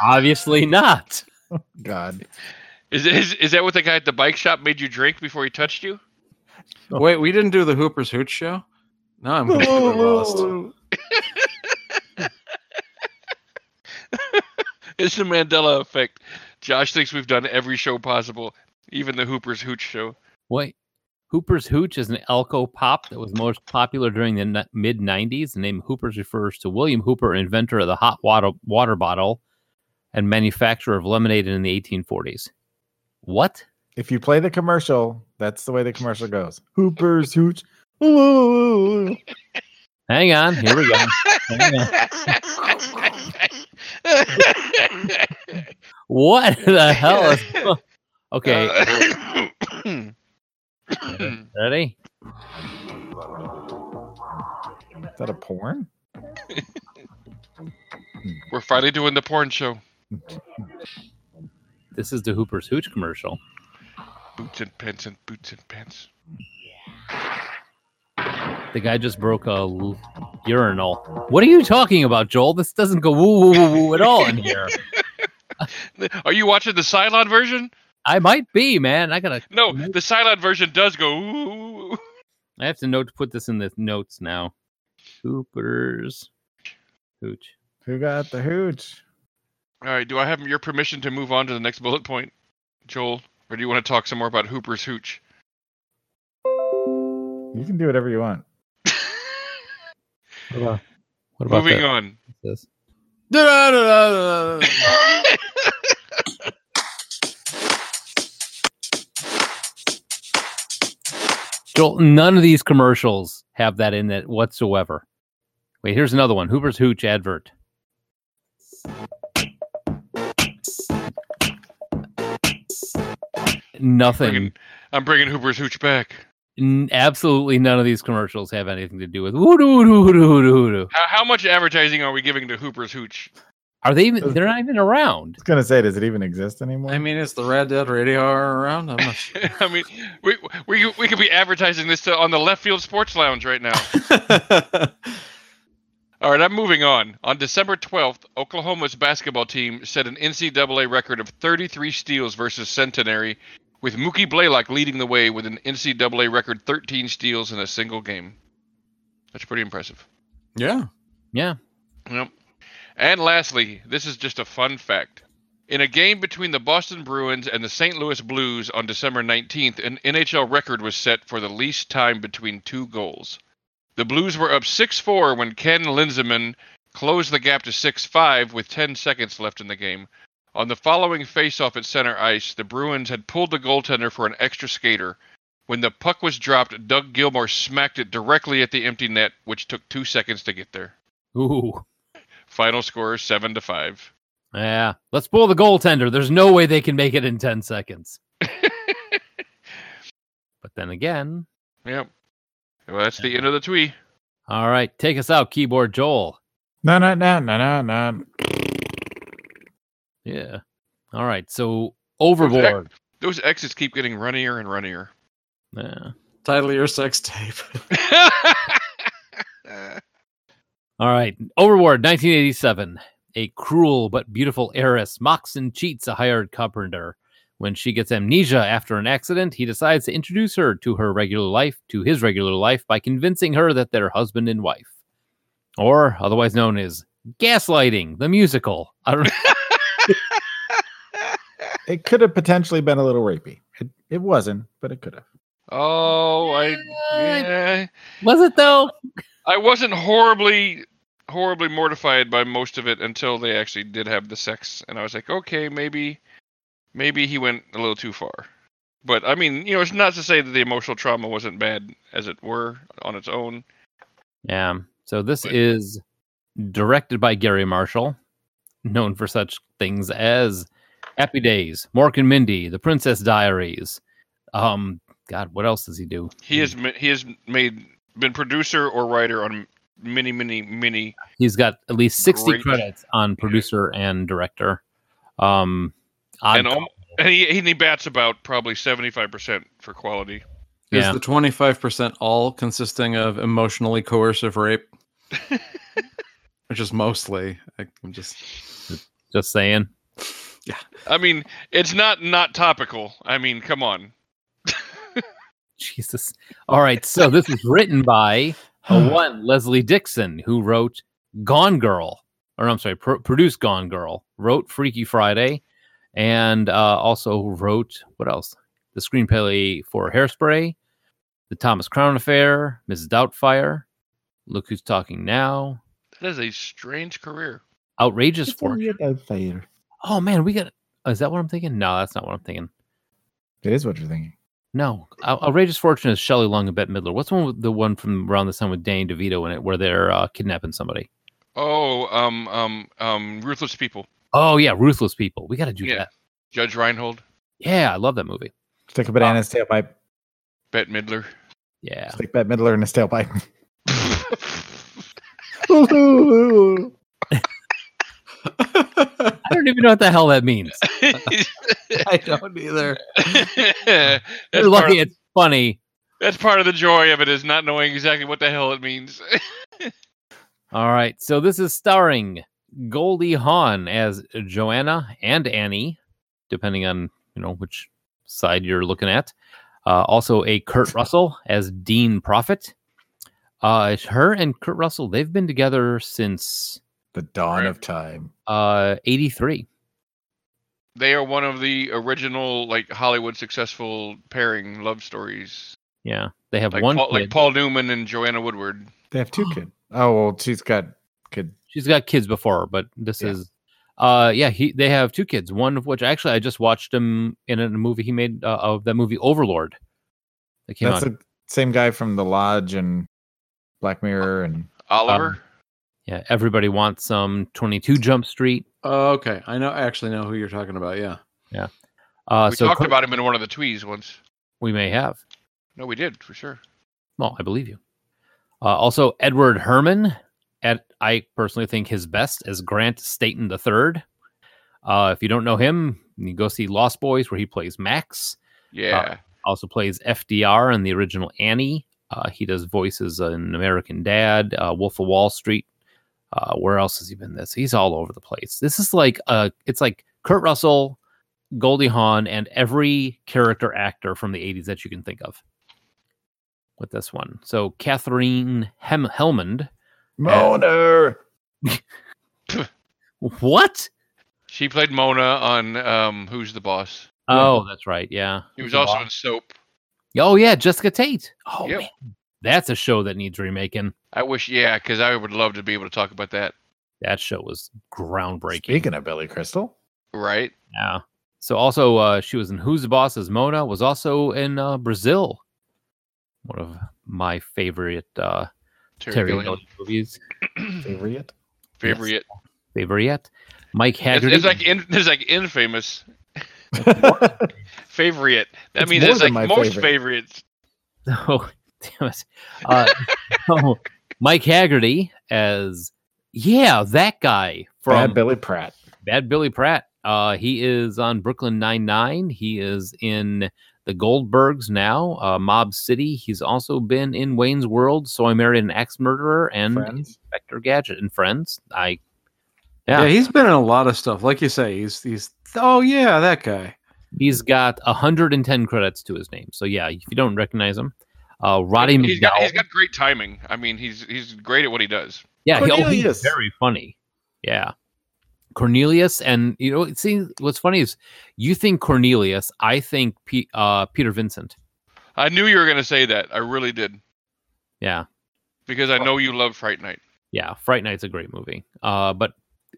[SPEAKER 2] Obviously not.
[SPEAKER 4] Oh, God.
[SPEAKER 3] Is, is is that what the guy at the bike shop made you drink before he touched you?
[SPEAKER 5] wait we didn't do the hooper's hoot show no i'm completely lost
[SPEAKER 3] It's the Mandela effect. Josh thinks we've done every show possible. Even the Hooper's Hooch show.
[SPEAKER 2] Wait, Hooper's Hooch is an Elko pop that was most popular during the mid 90s. The name Hooper's refers to William Hooper, inventor of the hot water, water bottle and manufacturer of lemonade in the 1840s. What?
[SPEAKER 4] If you play the commercial, that's the way the commercial goes. Hooper's hooch. Ooh.
[SPEAKER 2] Hang on. Here we go. Hang on. What the hell is. Okay.
[SPEAKER 3] Uh,
[SPEAKER 2] Ready?
[SPEAKER 4] Is that a porn?
[SPEAKER 3] We're finally doing the porn show.
[SPEAKER 2] This is the Hooper's Hooch commercial.
[SPEAKER 3] Boots and pants and boots and pants.
[SPEAKER 2] The guy just broke a l- urinal. What are you talking about, Joel? This doesn't go woo woo woo woo at all in here.
[SPEAKER 3] Are you watching the Cylon version?
[SPEAKER 2] I might be, man. I gotta.
[SPEAKER 3] No, the Cylon version does go. Ooh.
[SPEAKER 2] I have to note put this in the notes now. Hooper's Hooch.
[SPEAKER 4] Who got the hooch?
[SPEAKER 3] All right. Do I have your permission to move on to the next bullet point, Joel? Or do you want to talk some more about Hooper's Hooch?
[SPEAKER 4] You can do whatever you want.
[SPEAKER 2] What about, what about
[SPEAKER 3] Moving
[SPEAKER 2] that-
[SPEAKER 3] on.
[SPEAKER 2] this?
[SPEAKER 5] Da-da-da-da-da-da.
[SPEAKER 2] Joel, none of these commercials have that in it whatsoever. Wait, here's another one. Hooper's Hooch advert. Nothing.
[SPEAKER 3] Bringing, I'm bringing Hooper's Hooch back.
[SPEAKER 2] N- absolutely none of these commercials have anything to do with hoodoo, hoodoo, hoodoo, hoodoo, hoodoo.
[SPEAKER 3] How, how much advertising are we giving to Hooper's Hooch?
[SPEAKER 2] Are they even? They're not even around.
[SPEAKER 4] I was gonna say, does it even exist anymore?
[SPEAKER 5] I mean, is the Red Dead Radio Hour around? I'm not sure.
[SPEAKER 3] I mean, we, we we could be advertising this to, on the left field sports lounge right now. All right, I'm moving on. On December 12th, Oklahoma's basketball team set an NCAA record of 33 steals versus Centenary, with Mookie Blaylock leading the way with an NCAA record 13 steals in a single game. That's pretty impressive.
[SPEAKER 5] yeah.
[SPEAKER 2] Yeah.
[SPEAKER 3] Yep. And lastly, this is just a fun fact. In a game between the Boston Bruins and the St. Louis Blues on December 19th, an NHL record was set for the least time between two goals. The Blues were up 6 4 when Ken Linzeman closed the gap to 6 5 with 10 seconds left in the game. On the following faceoff at center ice, the Bruins had pulled the goaltender for an extra skater. When the puck was dropped, Doug Gilmore smacked it directly at the empty net, which took two seconds to get there.
[SPEAKER 2] Ooh.
[SPEAKER 3] Final score seven to five.
[SPEAKER 2] Yeah. Let's pull the goaltender. There's no way they can make it in ten seconds. but then again,
[SPEAKER 3] Yep. Well, that's the end of the tweet.
[SPEAKER 2] all right. Take us out, keyboard Joel.
[SPEAKER 4] no, no, no, no, no, no.
[SPEAKER 2] Yeah. All right. So overboard.
[SPEAKER 3] Those X's keep getting runnier and runnier.
[SPEAKER 2] Yeah.
[SPEAKER 5] Title of your sex tape.
[SPEAKER 2] All right. Overboard, 1987. A cruel but beautiful heiress mocks and cheats a hired carpenter. When she gets amnesia after an accident, he decides to introduce her to her regular life, to his regular life, by convincing her that they're husband and wife. Or otherwise known as gaslighting, the musical. I don't know.
[SPEAKER 4] It could have potentially been a little rapey. It, it wasn't, but it could have.
[SPEAKER 3] oh, I yeah.
[SPEAKER 2] Was it though?
[SPEAKER 3] I wasn't horribly horribly mortified by most of it until they actually did have the sex, and I was like, okay, maybe maybe he went a little too far. But I mean, you know, it's not to say that the emotional trauma wasn't bad as it were on its own.
[SPEAKER 2] Yeah. So this is directed by Gary Marshall, known for such things as Happy Days, Mork and Mindy, The Princess Diaries. Um, God, what else does he do?
[SPEAKER 3] He has ma- he has made been producer or writer on many many many.
[SPEAKER 2] He's got at least sixty
[SPEAKER 3] Great.
[SPEAKER 2] credits on producer and director. Um, Odd
[SPEAKER 3] and,
[SPEAKER 2] Couple.
[SPEAKER 3] al- and he, he bats about probably 75% for quality.
[SPEAKER 2] Yeah.
[SPEAKER 5] Is the 25% all consisting of emotionally coercive rape? Which is mostly. I, I'm just.
[SPEAKER 2] just saying.
[SPEAKER 3] I mean, it's not not topical. I mean, come on.
[SPEAKER 2] Jesus. All right. So this is written by a one Leslie Dixon, who wrote Gone Girl, or I'm sorry, pro- produced Gone Girl, wrote Freaky Friday, and uh, also wrote what else? the screenplay for Hairspray, The Thomas Crown Affair, Mrs. Doubtfire, Look Who's Talking Now,
[SPEAKER 3] That is a strange career.
[SPEAKER 2] Outrageous
[SPEAKER 4] It's only
[SPEAKER 2] Fortune.
[SPEAKER 4] about fire.
[SPEAKER 2] Oh man, we got. Is that what I'm thinking? No, that's not what I'm thinking.
[SPEAKER 4] It is what you're thinking.
[SPEAKER 2] No, Out- Outrageous Fortune is Shelley Long and Bette Midler. What's the one with the one from around the time with Danny DeVito in it, where they're uh, kidnapping somebody?
[SPEAKER 3] Oh, um, um, um, Ruthless People.
[SPEAKER 2] Oh yeah, Ruthless People. We got to do
[SPEAKER 3] Yeah.
[SPEAKER 2] that.
[SPEAKER 3] Judge Reinhold,
[SPEAKER 2] Yeah, I love that movie.
[SPEAKER 4] Stick a banana in his tailpipe.
[SPEAKER 3] Bette Midler.
[SPEAKER 2] Yeah,
[SPEAKER 4] Stick Bette Midler in his tailpipe. Ooh.
[SPEAKER 2] I don't even know what the hell that means.
[SPEAKER 5] I don't either.
[SPEAKER 3] that's,
[SPEAKER 2] You're
[SPEAKER 3] part
[SPEAKER 2] lucky
[SPEAKER 3] of,
[SPEAKER 2] it's funny.
[SPEAKER 3] that's part of the joy of it is not knowing exactly what the hell it means.
[SPEAKER 2] All right, so this is starring Goldie Hawn as Joanna and Annie, depending on you know which side you're looking at. Uh, also, a Kurt Russell as Dean Prophet. Uh, it's her and Kurt Russell they've been together since
[SPEAKER 4] The dawn of time.
[SPEAKER 2] uh, '83.
[SPEAKER 3] they are one of the original, like Hollywood successful pairing love stories,
[SPEAKER 2] Yeah, they have
[SPEAKER 3] like
[SPEAKER 2] one.
[SPEAKER 3] Paul, like
[SPEAKER 2] kid.
[SPEAKER 3] Paul Newman and Joanna Woodward.
[SPEAKER 4] They have two kids. Oh, well, she's got kid.
[SPEAKER 2] she's got kids before her, but this
[SPEAKER 4] Yeah.
[SPEAKER 2] is uh yeah he they have two kids one of which actually i just watched him in a movie he made uh, of that movie overlord that came
[SPEAKER 4] That's
[SPEAKER 2] out
[SPEAKER 4] the same guy from The Lodge and Black Mirror and
[SPEAKER 3] Oliver.
[SPEAKER 2] yeah everybody wants some 22 jump street
[SPEAKER 5] Okay, I know. I actually know who you're talking about. Yeah.
[SPEAKER 2] uh
[SPEAKER 3] we
[SPEAKER 2] so
[SPEAKER 3] talked
[SPEAKER 2] Kurt-
[SPEAKER 3] about him in one of the twees once.
[SPEAKER 2] we may have
[SPEAKER 3] No, we did for sure.
[SPEAKER 2] well i believe you uh, also edward herman at i personally think his best as grant staten the third uh if you don't know him you go see lost boys where he plays max
[SPEAKER 3] Yeah,
[SPEAKER 2] also plays FDR in the original Annie. Uh, he does voices in American Dad, uh, Wolf of Wall Street. Uh, where else has he been? This he's all over the place. This is like uh, it's like Kurt Russell, Goldie Hawn, and every character actor from the '80s that you can think of. With this one, so Catherine Hem- Helmond.
[SPEAKER 4] Moaner.
[SPEAKER 2] What?
[SPEAKER 3] she played Mona on um, Who's the Boss.
[SPEAKER 2] Oh, that's right. Yeah.
[SPEAKER 3] He was also in Soap.
[SPEAKER 2] Oh yeah, Jessica Tate. Oh,
[SPEAKER 3] Yep.
[SPEAKER 2] man. that's a show that needs remaking.
[SPEAKER 3] I wish, yeah, because I would love to be able to talk about that.
[SPEAKER 2] That show was groundbreaking.
[SPEAKER 4] Speaking of Billy Crystal,
[SPEAKER 3] Right?
[SPEAKER 2] Yeah. So also, uh, she was in Who's the Boss as Mona. Was also in uh, Brazil, one of my favorite uh,
[SPEAKER 3] Terry,
[SPEAKER 2] Terry
[SPEAKER 3] Gilliam.
[SPEAKER 2] Gilliam movies.
[SPEAKER 4] Hmm. favorite.
[SPEAKER 3] Favorite.
[SPEAKER 2] Favorite. Mike
[SPEAKER 3] It's,
[SPEAKER 2] Haggerty.
[SPEAKER 3] it's like in, it's like infamous. Favorite. That
[SPEAKER 4] It's
[SPEAKER 3] means
[SPEAKER 4] more
[SPEAKER 3] it's like
[SPEAKER 4] than my
[SPEAKER 3] most
[SPEAKER 4] favorite.
[SPEAKER 3] favorites.
[SPEAKER 2] oh, damn it. Uh, so Mike Haggerty as yeah that guy from
[SPEAKER 4] Bad Billy Pratt.
[SPEAKER 2] Bad Billy Pratt. Uh, he is on Brooklyn Nine Nine. He is in the Goldbergs now, uh, Mob City. He's also been in Wayne's World, So I Married an Axe Murderer, and
[SPEAKER 4] Friends.
[SPEAKER 2] Inspector Gadget and Friends. I
[SPEAKER 5] yeah,
[SPEAKER 2] yeah,
[SPEAKER 5] He's been in a lot of stuff. Like you say, he's he's. Oh yeah, that guy.
[SPEAKER 2] he's got 110 credits to his name. So yeah, if you don't recognize him, uh, Roddy
[SPEAKER 3] He's got,
[SPEAKER 2] McDowell.
[SPEAKER 3] he's got great timing. I mean, he's he's great at what he does.
[SPEAKER 2] Yeah, he, oh, he's
[SPEAKER 4] Cornelius.
[SPEAKER 2] very funny. Yeah. Cornelius and you know see what's funny is you think Cornelius, I think Pe- uh, Peter Vincent.
[SPEAKER 3] I knew you were going to say that. I really did
[SPEAKER 2] Yeah.
[SPEAKER 3] because
[SPEAKER 4] Oh.
[SPEAKER 3] I know you love Fright Night.
[SPEAKER 2] yeah, Fright Night's a great movie. Uh, but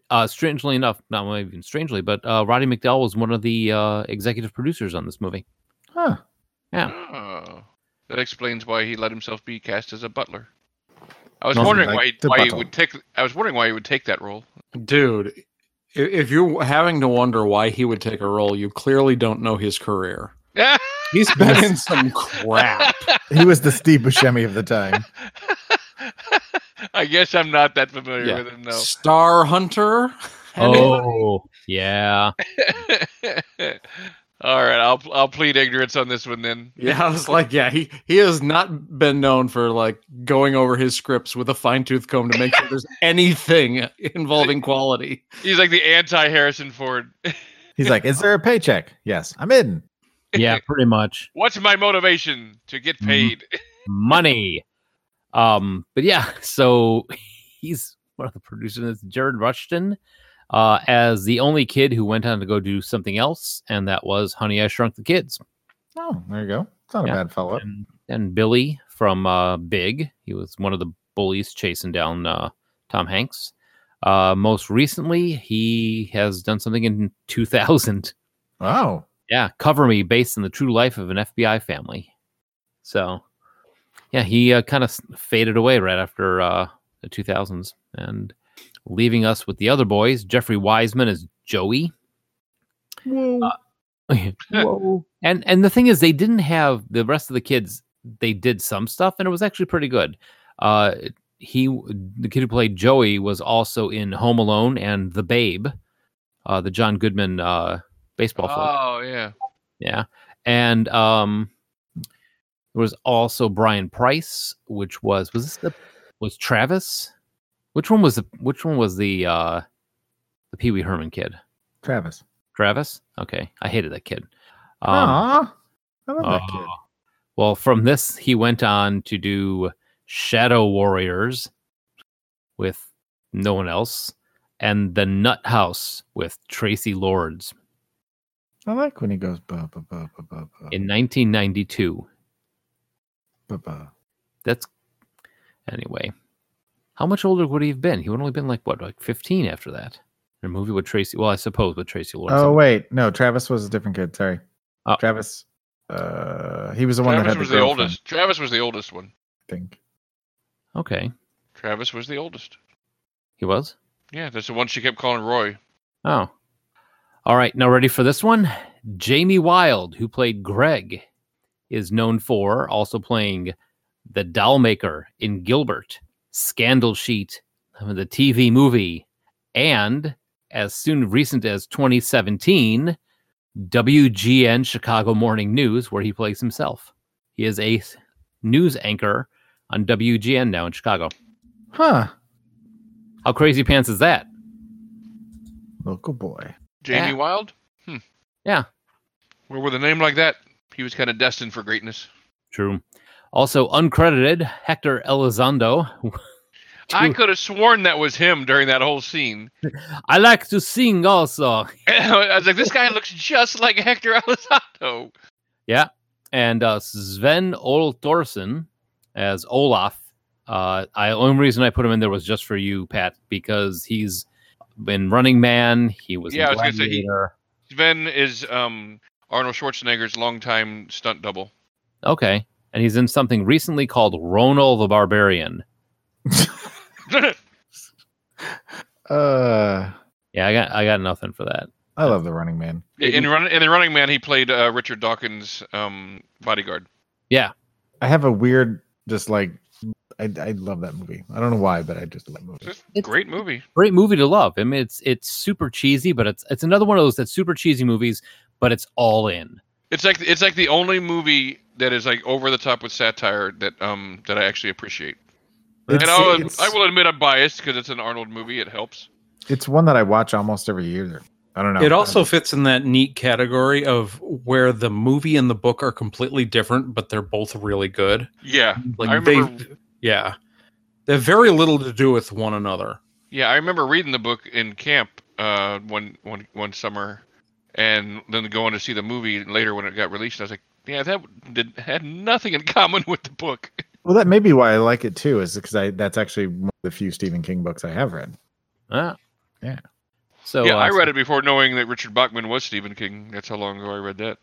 [SPEAKER 2] uh, strangely enough, not even strangely, but uh, Roddy McDowell was one of the uh, executive producers on this movie.
[SPEAKER 4] Huh.
[SPEAKER 2] Yeah.
[SPEAKER 3] Oh. that explains why he let himself be cast as a butler. I was
[SPEAKER 4] Nothing
[SPEAKER 3] wondering
[SPEAKER 4] like
[SPEAKER 3] why he,
[SPEAKER 4] the
[SPEAKER 3] why he
[SPEAKER 4] butler.
[SPEAKER 3] would take. I was wondering why he would take that role.
[SPEAKER 5] Dude, i- if you're having to wonder why he would take a role, you clearly don't know his career. He's been in some crap.
[SPEAKER 4] He was the Steve Buscemi of the time.
[SPEAKER 3] I guess I'm not that familiar
[SPEAKER 5] Yeah.
[SPEAKER 3] with him, though.
[SPEAKER 5] Star Hunter.
[SPEAKER 2] Oh, yeah.
[SPEAKER 3] All right, I'll I'll plead ignorance on this one then.
[SPEAKER 5] Yeah, I was like, yeah, he he has not been known for like going over his scripts with a fine tooth comb to make sure there's anything involving quality.
[SPEAKER 3] He's like the anti Harrison Ford.
[SPEAKER 4] He's like, Is there a paycheck? Yes, I'm in.
[SPEAKER 2] Yeah, pretty much.
[SPEAKER 3] What's my motivation to get
[SPEAKER 4] Mm-hmm.
[SPEAKER 2] Mhm.
[SPEAKER 3] paid?
[SPEAKER 2] Money. Um, but yeah, so he's one of the producers, Jared Rushton, uh, as the only kid who went on to go do something else, and that was Honey I Shrunk the Kids.
[SPEAKER 4] Oh, there you go. It's not
[SPEAKER 2] Yeah.
[SPEAKER 4] a bad follow up.
[SPEAKER 2] and, and Billy from uh, Big. He was one of the bullies chasing down uh, Tom Hanks. Uh, most recently, he has done something in 2000.
[SPEAKER 4] Wow.
[SPEAKER 2] Yeah, Cover Me, based on the true life of an FBI family. So, yeah, he uh, kind of faded away right after uh, the 2000s and leaving us with the other boys. Jeffrey Wiseman is Joey. Uh, and and the thing is, they didn't have the rest of the kids. They did some stuff, and it was actually pretty good. Uh, he, the kid who played Joey, was also in Home Alone and The Babe, uh, the John Goodman uh, baseball film.
[SPEAKER 3] Oh yeah.
[SPEAKER 2] Yeah. And um there was also Brian Price, which was was this the was Travis? Which one was the which one was the uh the Pee Wee Herman kid?
[SPEAKER 4] Travis.
[SPEAKER 2] Travis? Okay. I hated that kid. Um,
[SPEAKER 4] Aw. I love that
[SPEAKER 2] oh.
[SPEAKER 4] kid.
[SPEAKER 2] Well, from this he went on to do Shadow Warriors with no one else and The Nut House with Tracy Lords
[SPEAKER 4] I like when he goes ba ba ba ba ba ba
[SPEAKER 2] in 1992.
[SPEAKER 4] ba ba.
[SPEAKER 2] that's anyway. How much older would he have been? He would only been like what, like fifteen after that. In a movie with Tracy. Well, I suppose with Tracy Lawrence.
[SPEAKER 4] Oh wait, no, Travis was a different kid. Sorry,
[SPEAKER 2] Oh.
[SPEAKER 4] Travis. Uh, he was the one that
[SPEAKER 3] Travis
[SPEAKER 4] had
[SPEAKER 3] was
[SPEAKER 4] the,
[SPEAKER 3] the
[SPEAKER 4] girlfriend,
[SPEAKER 3] oldest. Travis was the oldest one.
[SPEAKER 4] I think.
[SPEAKER 2] okay,
[SPEAKER 3] Travis was the oldest.
[SPEAKER 2] he was.
[SPEAKER 3] Yeah, that's the one she kept calling Roy.
[SPEAKER 2] Oh, all right. Now ready for this one? Jamie Wilde, who played Greg, is known for also playing the Dollmaker in Gilbert, Scandal Sheet, um, the TV movie, and as soon recent as 2017, WGN Chicago Morning News, where he plays himself. He is a s- news anchor on WGN now in Chicago.
[SPEAKER 4] Huh.
[SPEAKER 2] How crazy pants is that?
[SPEAKER 4] Local boy.
[SPEAKER 3] Jamie
[SPEAKER 2] Yeah.
[SPEAKER 3] Wilde. Hmm.
[SPEAKER 2] Yeah.
[SPEAKER 3] Well, with a name like that, he was kind of destined for greatness.
[SPEAKER 2] True. Also uncredited, Hector Elizondo.
[SPEAKER 3] I could have sworn that was him during that whole scene.
[SPEAKER 2] I like to sing also.
[SPEAKER 3] I was like, this guy looks just like Hector Elizondo.
[SPEAKER 2] And uh, Sven Ole Thorson as Olaf. Uh, I only reason I put him in there was just for you, Pat, because he's been Running Man. He was in
[SPEAKER 3] Yeah, I was gonna say he-
[SPEAKER 2] Gladiator.
[SPEAKER 3] Sven is um, Arnold Schwarzenegger's longtime stunt double.
[SPEAKER 2] Okay, and he's in something recently called Ronal the Barbarian.
[SPEAKER 4] Uh,
[SPEAKER 2] Yeah, I got I got nothing for that.
[SPEAKER 4] I love the Running Man.
[SPEAKER 3] in, run, in the Running Man, he played uh, Richard Dawkins' um, bodyguard.
[SPEAKER 4] I have a weird, just like I, I love that movie. I don't know why, but I just love that movie.
[SPEAKER 3] It's a great movie.
[SPEAKER 2] Great movie to love. I mean, it's it's super cheesy, but it's it's another one of those that's super cheesy movies, but it's all in.
[SPEAKER 3] It's like it's like the only movie that is like over the top with satire that um that I actually appreciate. and
[SPEAKER 4] It's-
[SPEAKER 3] I'll,
[SPEAKER 4] it's-
[SPEAKER 3] I will admit I'm biased because it's an Arnold movie. It helps.
[SPEAKER 4] It's one that I watch almost every year. I don't know.
[SPEAKER 5] It also fits in that neat category of where the movie and the book are completely different, but they're both really good.
[SPEAKER 3] Yeah, I
[SPEAKER 5] Like they,
[SPEAKER 3] remember.
[SPEAKER 5] yeah, they have very little to do with one another.
[SPEAKER 3] Yeah, I remember reading the book in camp uh, one one one summer, and then going to see the movie later when it got released. I was like, yeah, that did, had nothing in common with the book.
[SPEAKER 4] well, that may be why I like it too, is because I that's actually one of the few Stephen King books I have read.
[SPEAKER 2] Ah.
[SPEAKER 4] Yeah.
[SPEAKER 2] So
[SPEAKER 3] yeah, I
[SPEAKER 2] uh,
[SPEAKER 3] read it before knowing that Richard Bachman was Stephen King. That's how long ago I read that.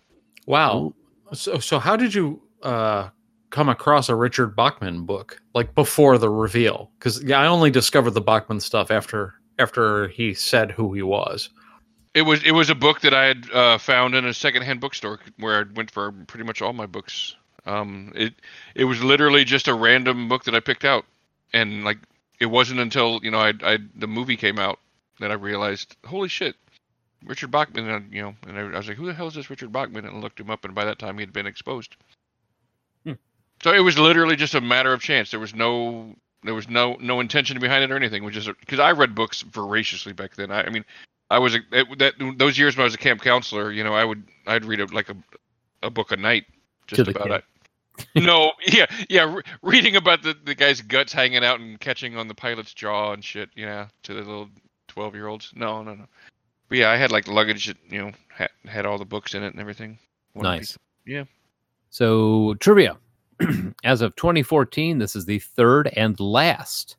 [SPEAKER 5] Wow. So, so how did you uh, come across a Richard Bachman book like before the reveal? Because yeah, I only discovered the Bachman stuff after after he said who he was.
[SPEAKER 3] It was it was a book that I had uh, found in a secondhand bookstore where I went for pretty much all my books. Um, it it was literally just a random book that I picked out, and like it wasn't until you know I I the movie came out that I realized holy shit, Richard Bachman. And, I- you know, and I, I was like, who the hell is this Richard Bachman? And I looked him up, and by that time he had been exposed.
[SPEAKER 2] Hmm.
[SPEAKER 3] So it was literally just a matter of chance. There was no there was no no intention behind it or anything. Which is because I read books voraciously back then. I, I mean. I was a, it, that those years when I was a camp counselor, you know, I would I'd read a, like a a book a night
[SPEAKER 2] To
[SPEAKER 3] just
[SPEAKER 2] the
[SPEAKER 3] about
[SPEAKER 2] kid.
[SPEAKER 3] it. no, yeah, yeah, re- reading about the the guy's guts hanging out and catching on the pilot's jaw and shit, you know, to the little twelve year olds. No, no, no. But yeah, I had like luggage that you know had, had all the books in it and everything. One
[SPEAKER 2] nice.
[SPEAKER 3] piece. Yeah.
[SPEAKER 2] So, trivia. As of 2014, this is the third and last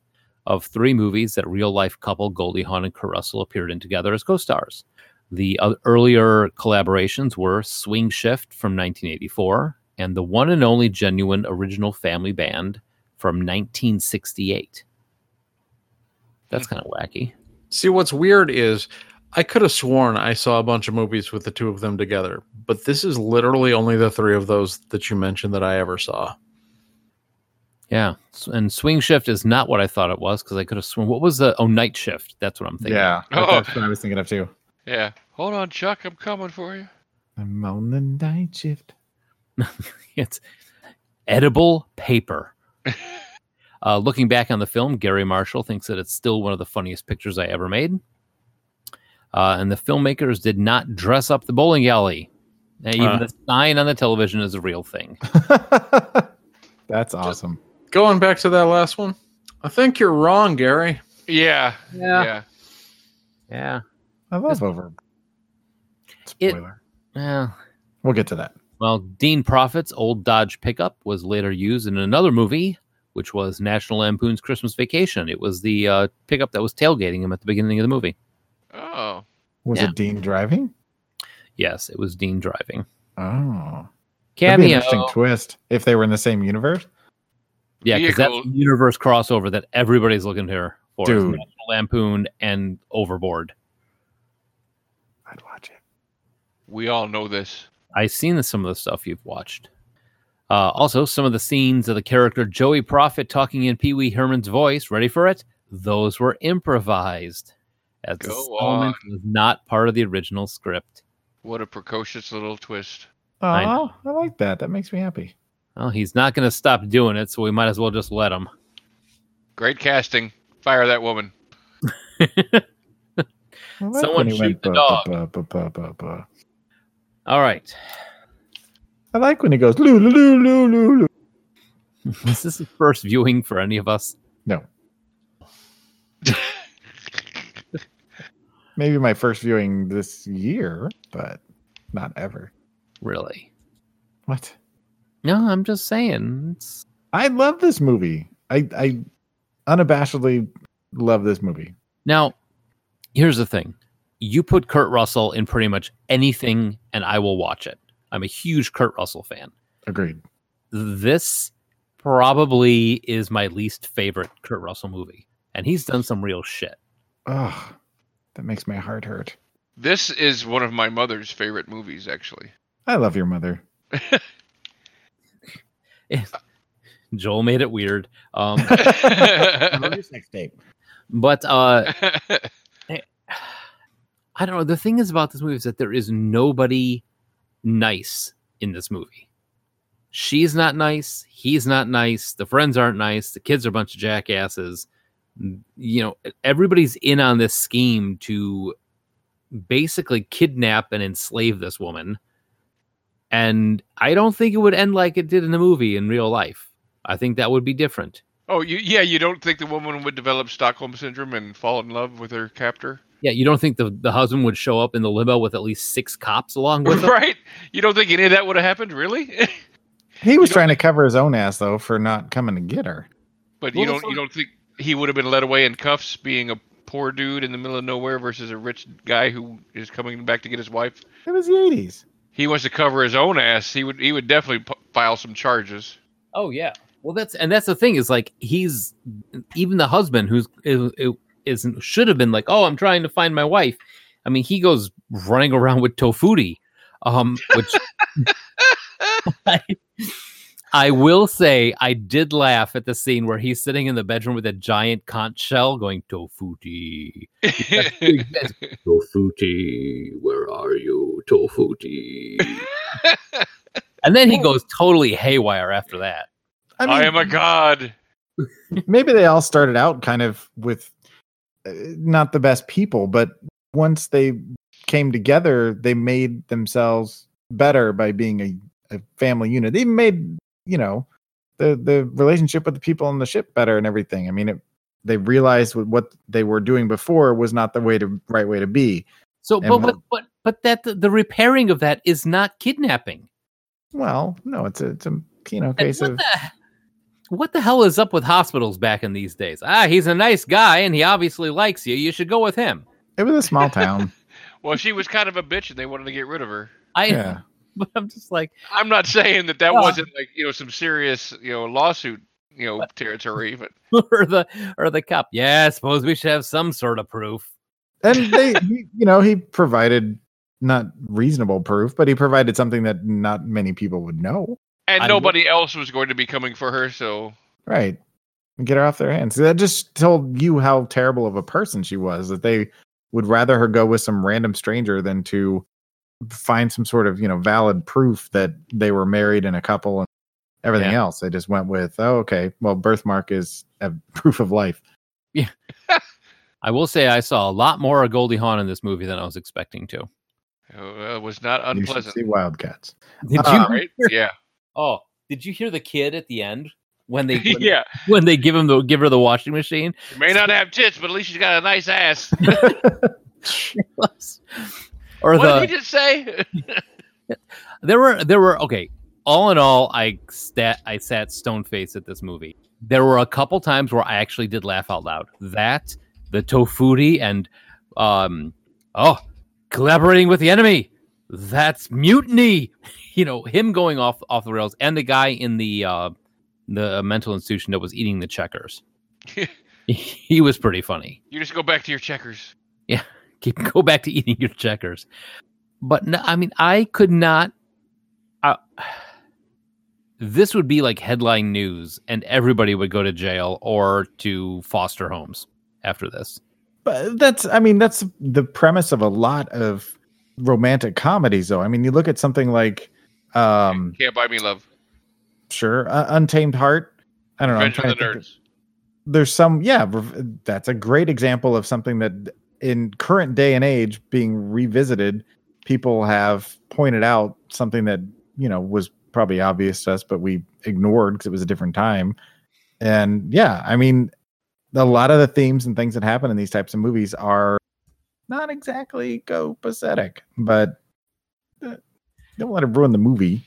[SPEAKER 2] of three movies that real life couple Goldie Hawn and Caruso appeared in together as co stars. The o- earlier collaborations were Swing Shift from 1984 and the one and only genuine original family band from 1968.
[SPEAKER 3] Hmm.
[SPEAKER 2] That's kind of wacky.
[SPEAKER 5] See, what's weird is I could have sworn I saw a bunch of movies with the two of them together, but this is literally only the three of those that you mentioned that I ever saw.
[SPEAKER 2] Yeah. S- And Swing Shift is not what I thought it was because I could have sworn. What was the? Oh, Night Shift. That's what I'm thinking.
[SPEAKER 4] Yeah,
[SPEAKER 3] Oh.
[SPEAKER 4] that's what I was thinking of too.
[SPEAKER 3] Yeah. Hold on, Chuck. I'm coming for you.
[SPEAKER 4] I'm on the night shift.
[SPEAKER 2] it's edible paper. uh, looking back on the film, Gary Marshall thinks that it's still one of the funniest pictures I ever made. Uh, and the filmmakers did not dress up the bowling alley. Now, even
[SPEAKER 5] Uh.
[SPEAKER 2] the sign on the television is a real thing.
[SPEAKER 4] that's awesome.
[SPEAKER 5] Going back to that last one, I think you're wrong, Gary.
[SPEAKER 3] Yeah. Yeah.
[SPEAKER 2] Yeah.
[SPEAKER 4] I love over.
[SPEAKER 2] It-
[SPEAKER 4] Spoiler.
[SPEAKER 2] Yeah.
[SPEAKER 4] we'll get to that.
[SPEAKER 2] Well, Dean Profit's old Dodge pickup was later used in another movie, which was National Lampoon's Christmas Vacation. It was the uh, pickup that was tailgating him at the beginning of the movie.
[SPEAKER 3] Oh.
[SPEAKER 4] Was
[SPEAKER 2] Yeah.
[SPEAKER 4] it Dean driving?
[SPEAKER 2] Yes, it was Dean driving.
[SPEAKER 4] Oh, that'd be an
[SPEAKER 2] Cameo.
[SPEAKER 4] interesting twist if they were in the same universe.
[SPEAKER 2] Yeah, because that
[SPEAKER 3] Vehicle.
[SPEAKER 2] universe crossover that everybody's looking here for is
[SPEAKER 4] Dude.
[SPEAKER 2] National Lampoon and Overboard.
[SPEAKER 4] I'd watch it.
[SPEAKER 3] We all know this.
[SPEAKER 2] I've seen some of the stuff you've watched. Uh, also, some of the scenes of the character Joey Profit talking in Pee Wee Herman's voice. Ready for it? Those were improvised. As this
[SPEAKER 3] Go
[SPEAKER 2] element was not part of the original script.
[SPEAKER 3] What a precocious little twist.
[SPEAKER 4] Oh,
[SPEAKER 2] I
[SPEAKER 4] I, like that. That makes me happy.
[SPEAKER 2] Well, he's not going to stop doing it, so we might as well just let him.
[SPEAKER 3] Great casting. Fire that woman.
[SPEAKER 4] I like
[SPEAKER 2] Someone
[SPEAKER 4] when he
[SPEAKER 2] shoot
[SPEAKER 4] went
[SPEAKER 2] the
[SPEAKER 4] buh, buh, buh, buh, buh, buh, buh.
[SPEAKER 2] All right.
[SPEAKER 4] I like when he goes loo loo loo loo loo. loo.
[SPEAKER 2] Is this the first viewing for any of us?
[SPEAKER 4] No. Maybe my first viewing this year, but not ever.
[SPEAKER 2] Really?
[SPEAKER 4] What?
[SPEAKER 2] No, I'm just saying. It's
[SPEAKER 4] I love this movie. I, I unabashedly love this movie.
[SPEAKER 2] Now, here's the thing. You put Kurt Russell in pretty much anything and I will watch it. I'm a huge Kurt Russell fan.
[SPEAKER 4] Agreed.
[SPEAKER 2] This probably is my least favorite Kurt Russell movie. And he's done some real shit.
[SPEAKER 4] Ugh, that makes my heart hurt.
[SPEAKER 3] This is one of my mother's favorite movies, actually.
[SPEAKER 4] I love your mother.
[SPEAKER 2] Joel made it weird. Um,
[SPEAKER 4] sex tape.
[SPEAKER 2] but uh, I don't know. The thing is about this movie is that there is nobody nice in this movie. She's not nice. He's not nice. The friends aren't nice. The kids are a bunch of jackasses. M- You know, everybody's in on this scheme to basically kidnap and enslave this woman. And I don't think it would end like it did in the movie in real life. I think that would be different.
[SPEAKER 3] oh, you, yeah, you don't think the woman would develop Stockholm syndrome and fall in love with her captor?
[SPEAKER 2] Yeah, you don't think the, the husband would show up in the limo with at least six cops along with him?
[SPEAKER 3] right? You don't think any of that would have happened, really?
[SPEAKER 4] He was
[SPEAKER 3] You don't-
[SPEAKER 4] trying to cover his own ass though for not coming to get her.
[SPEAKER 3] but
[SPEAKER 2] Well,
[SPEAKER 3] you
[SPEAKER 2] that's
[SPEAKER 3] don't you don't think he would have been led away in cuffs being a poor dude in the middle of nowhere versus a rich guy who is coming back to get his wife?
[SPEAKER 4] It was the eighties.
[SPEAKER 3] He wants to cover his own ass. He would he would definitely p- file some charges.
[SPEAKER 2] Oh yeah. Well, that's and that's the thing is like he's even the husband who's is, is should have been like, oh, I'm trying to find my wife. I mean, he goes running around with Tofuti, um, which I, I will say I did laugh at the scene where he's sitting in the bedroom with a giant conch shell going Tofuti, Tofuti, where are you, Tofuti? and then he goes totally haywire after that.
[SPEAKER 4] I mean,
[SPEAKER 3] I am a god.
[SPEAKER 4] maybe they all started out kind of with uh, not the best people, but once they came together, they made themselves better by being a, a family unit. They even made, you know, the the relationship with the people on the ship better and everything. I mean, it, they realized what- what they were doing before was not the way to right way to be.
[SPEAKER 2] So,
[SPEAKER 4] And
[SPEAKER 2] but,
[SPEAKER 4] what-
[SPEAKER 2] but but but that the, the repairing of that is not kidnapping.
[SPEAKER 4] Well, no, it's a, it's a you know
[SPEAKER 2] And
[SPEAKER 4] case
[SPEAKER 2] what
[SPEAKER 4] of
[SPEAKER 2] the what the hell is up with hospitals back in these days? Ah, he's a nice guy and he obviously likes you. You should go with him.
[SPEAKER 4] it was a small town.
[SPEAKER 3] Well, she was kind of a bitch, and they wanted to get rid of her.
[SPEAKER 2] I
[SPEAKER 4] yeah,
[SPEAKER 2] but I'm just like
[SPEAKER 3] I'm not saying that that
[SPEAKER 2] Well-
[SPEAKER 3] wasn't like you know some serious you know lawsuit you know territory, but
[SPEAKER 2] or the or the cup. Yeah, I suppose we should have some sort of proof.
[SPEAKER 4] and they he- you know he provided not reasonable proof, but he provided something that not many people would know.
[SPEAKER 3] and
[SPEAKER 2] I-
[SPEAKER 3] nobody else was going to be coming for her, so
[SPEAKER 4] Right. Get her off their hands. That just told you how terrible of a person she was that they would rather her go with some random stranger than to find some sort of, you know, valid proof that they were married and a couple and everything
[SPEAKER 2] Yeah.
[SPEAKER 4] else. They just went with, oh, okay, well, birthmark is a proof of life.
[SPEAKER 2] I will say I saw a lot more of Goldie Hawn in this movie than I was expecting to.
[SPEAKER 3] uh, it was not
[SPEAKER 4] You should
[SPEAKER 3] unpleasant.
[SPEAKER 4] see Wildcats.
[SPEAKER 2] Did
[SPEAKER 4] Uh,
[SPEAKER 2] you
[SPEAKER 3] Right? Yeah,
[SPEAKER 2] Oh, did you hear the kid at the end when they when,
[SPEAKER 3] yeah.
[SPEAKER 2] when they give him the give her the washing machine?
[SPEAKER 3] She may not have tits, but at least she's got a nice ass.
[SPEAKER 2] or
[SPEAKER 3] what
[SPEAKER 2] the
[SPEAKER 3] did he just say?
[SPEAKER 2] there were there were okay. All in all, I stat I sat stone faced at this movie. There were a couple times where I actually did laugh out loud. That the tofuti and um oh collaborating with the enemy. That's mutiny. You know him going off off the rails and the guy in the uh, the mental institution that was eating the checkers. he was pretty funny.
[SPEAKER 3] you just go back to your checkers.
[SPEAKER 2] keep go back to eating your checkers. But no, I mean, I could not. I, this would be like headline news, and everybody would go to jail or to foster homes after this.
[SPEAKER 4] But that's, I mean, that's the premise of a lot of romantic comedies, though. I mean, you look at something like, um,
[SPEAKER 3] Can't buy me love.
[SPEAKER 4] sure, uh, Untamed Heart. I don't know. I'm
[SPEAKER 3] Revenge of
[SPEAKER 4] trying
[SPEAKER 3] the
[SPEAKER 4] to think of-
[SPEAKER 3] nerds.
[SPEAKER 4] there's some yeah rev- that's a great example of something that in current day and age being revisited people have pointed out something that you know was probably obvious to us but we ignored because it was a different time and yeah i mean a lot of the themes and things that happen in these types of movies are not exactly go pathetic but uh, don't let it ruin the movie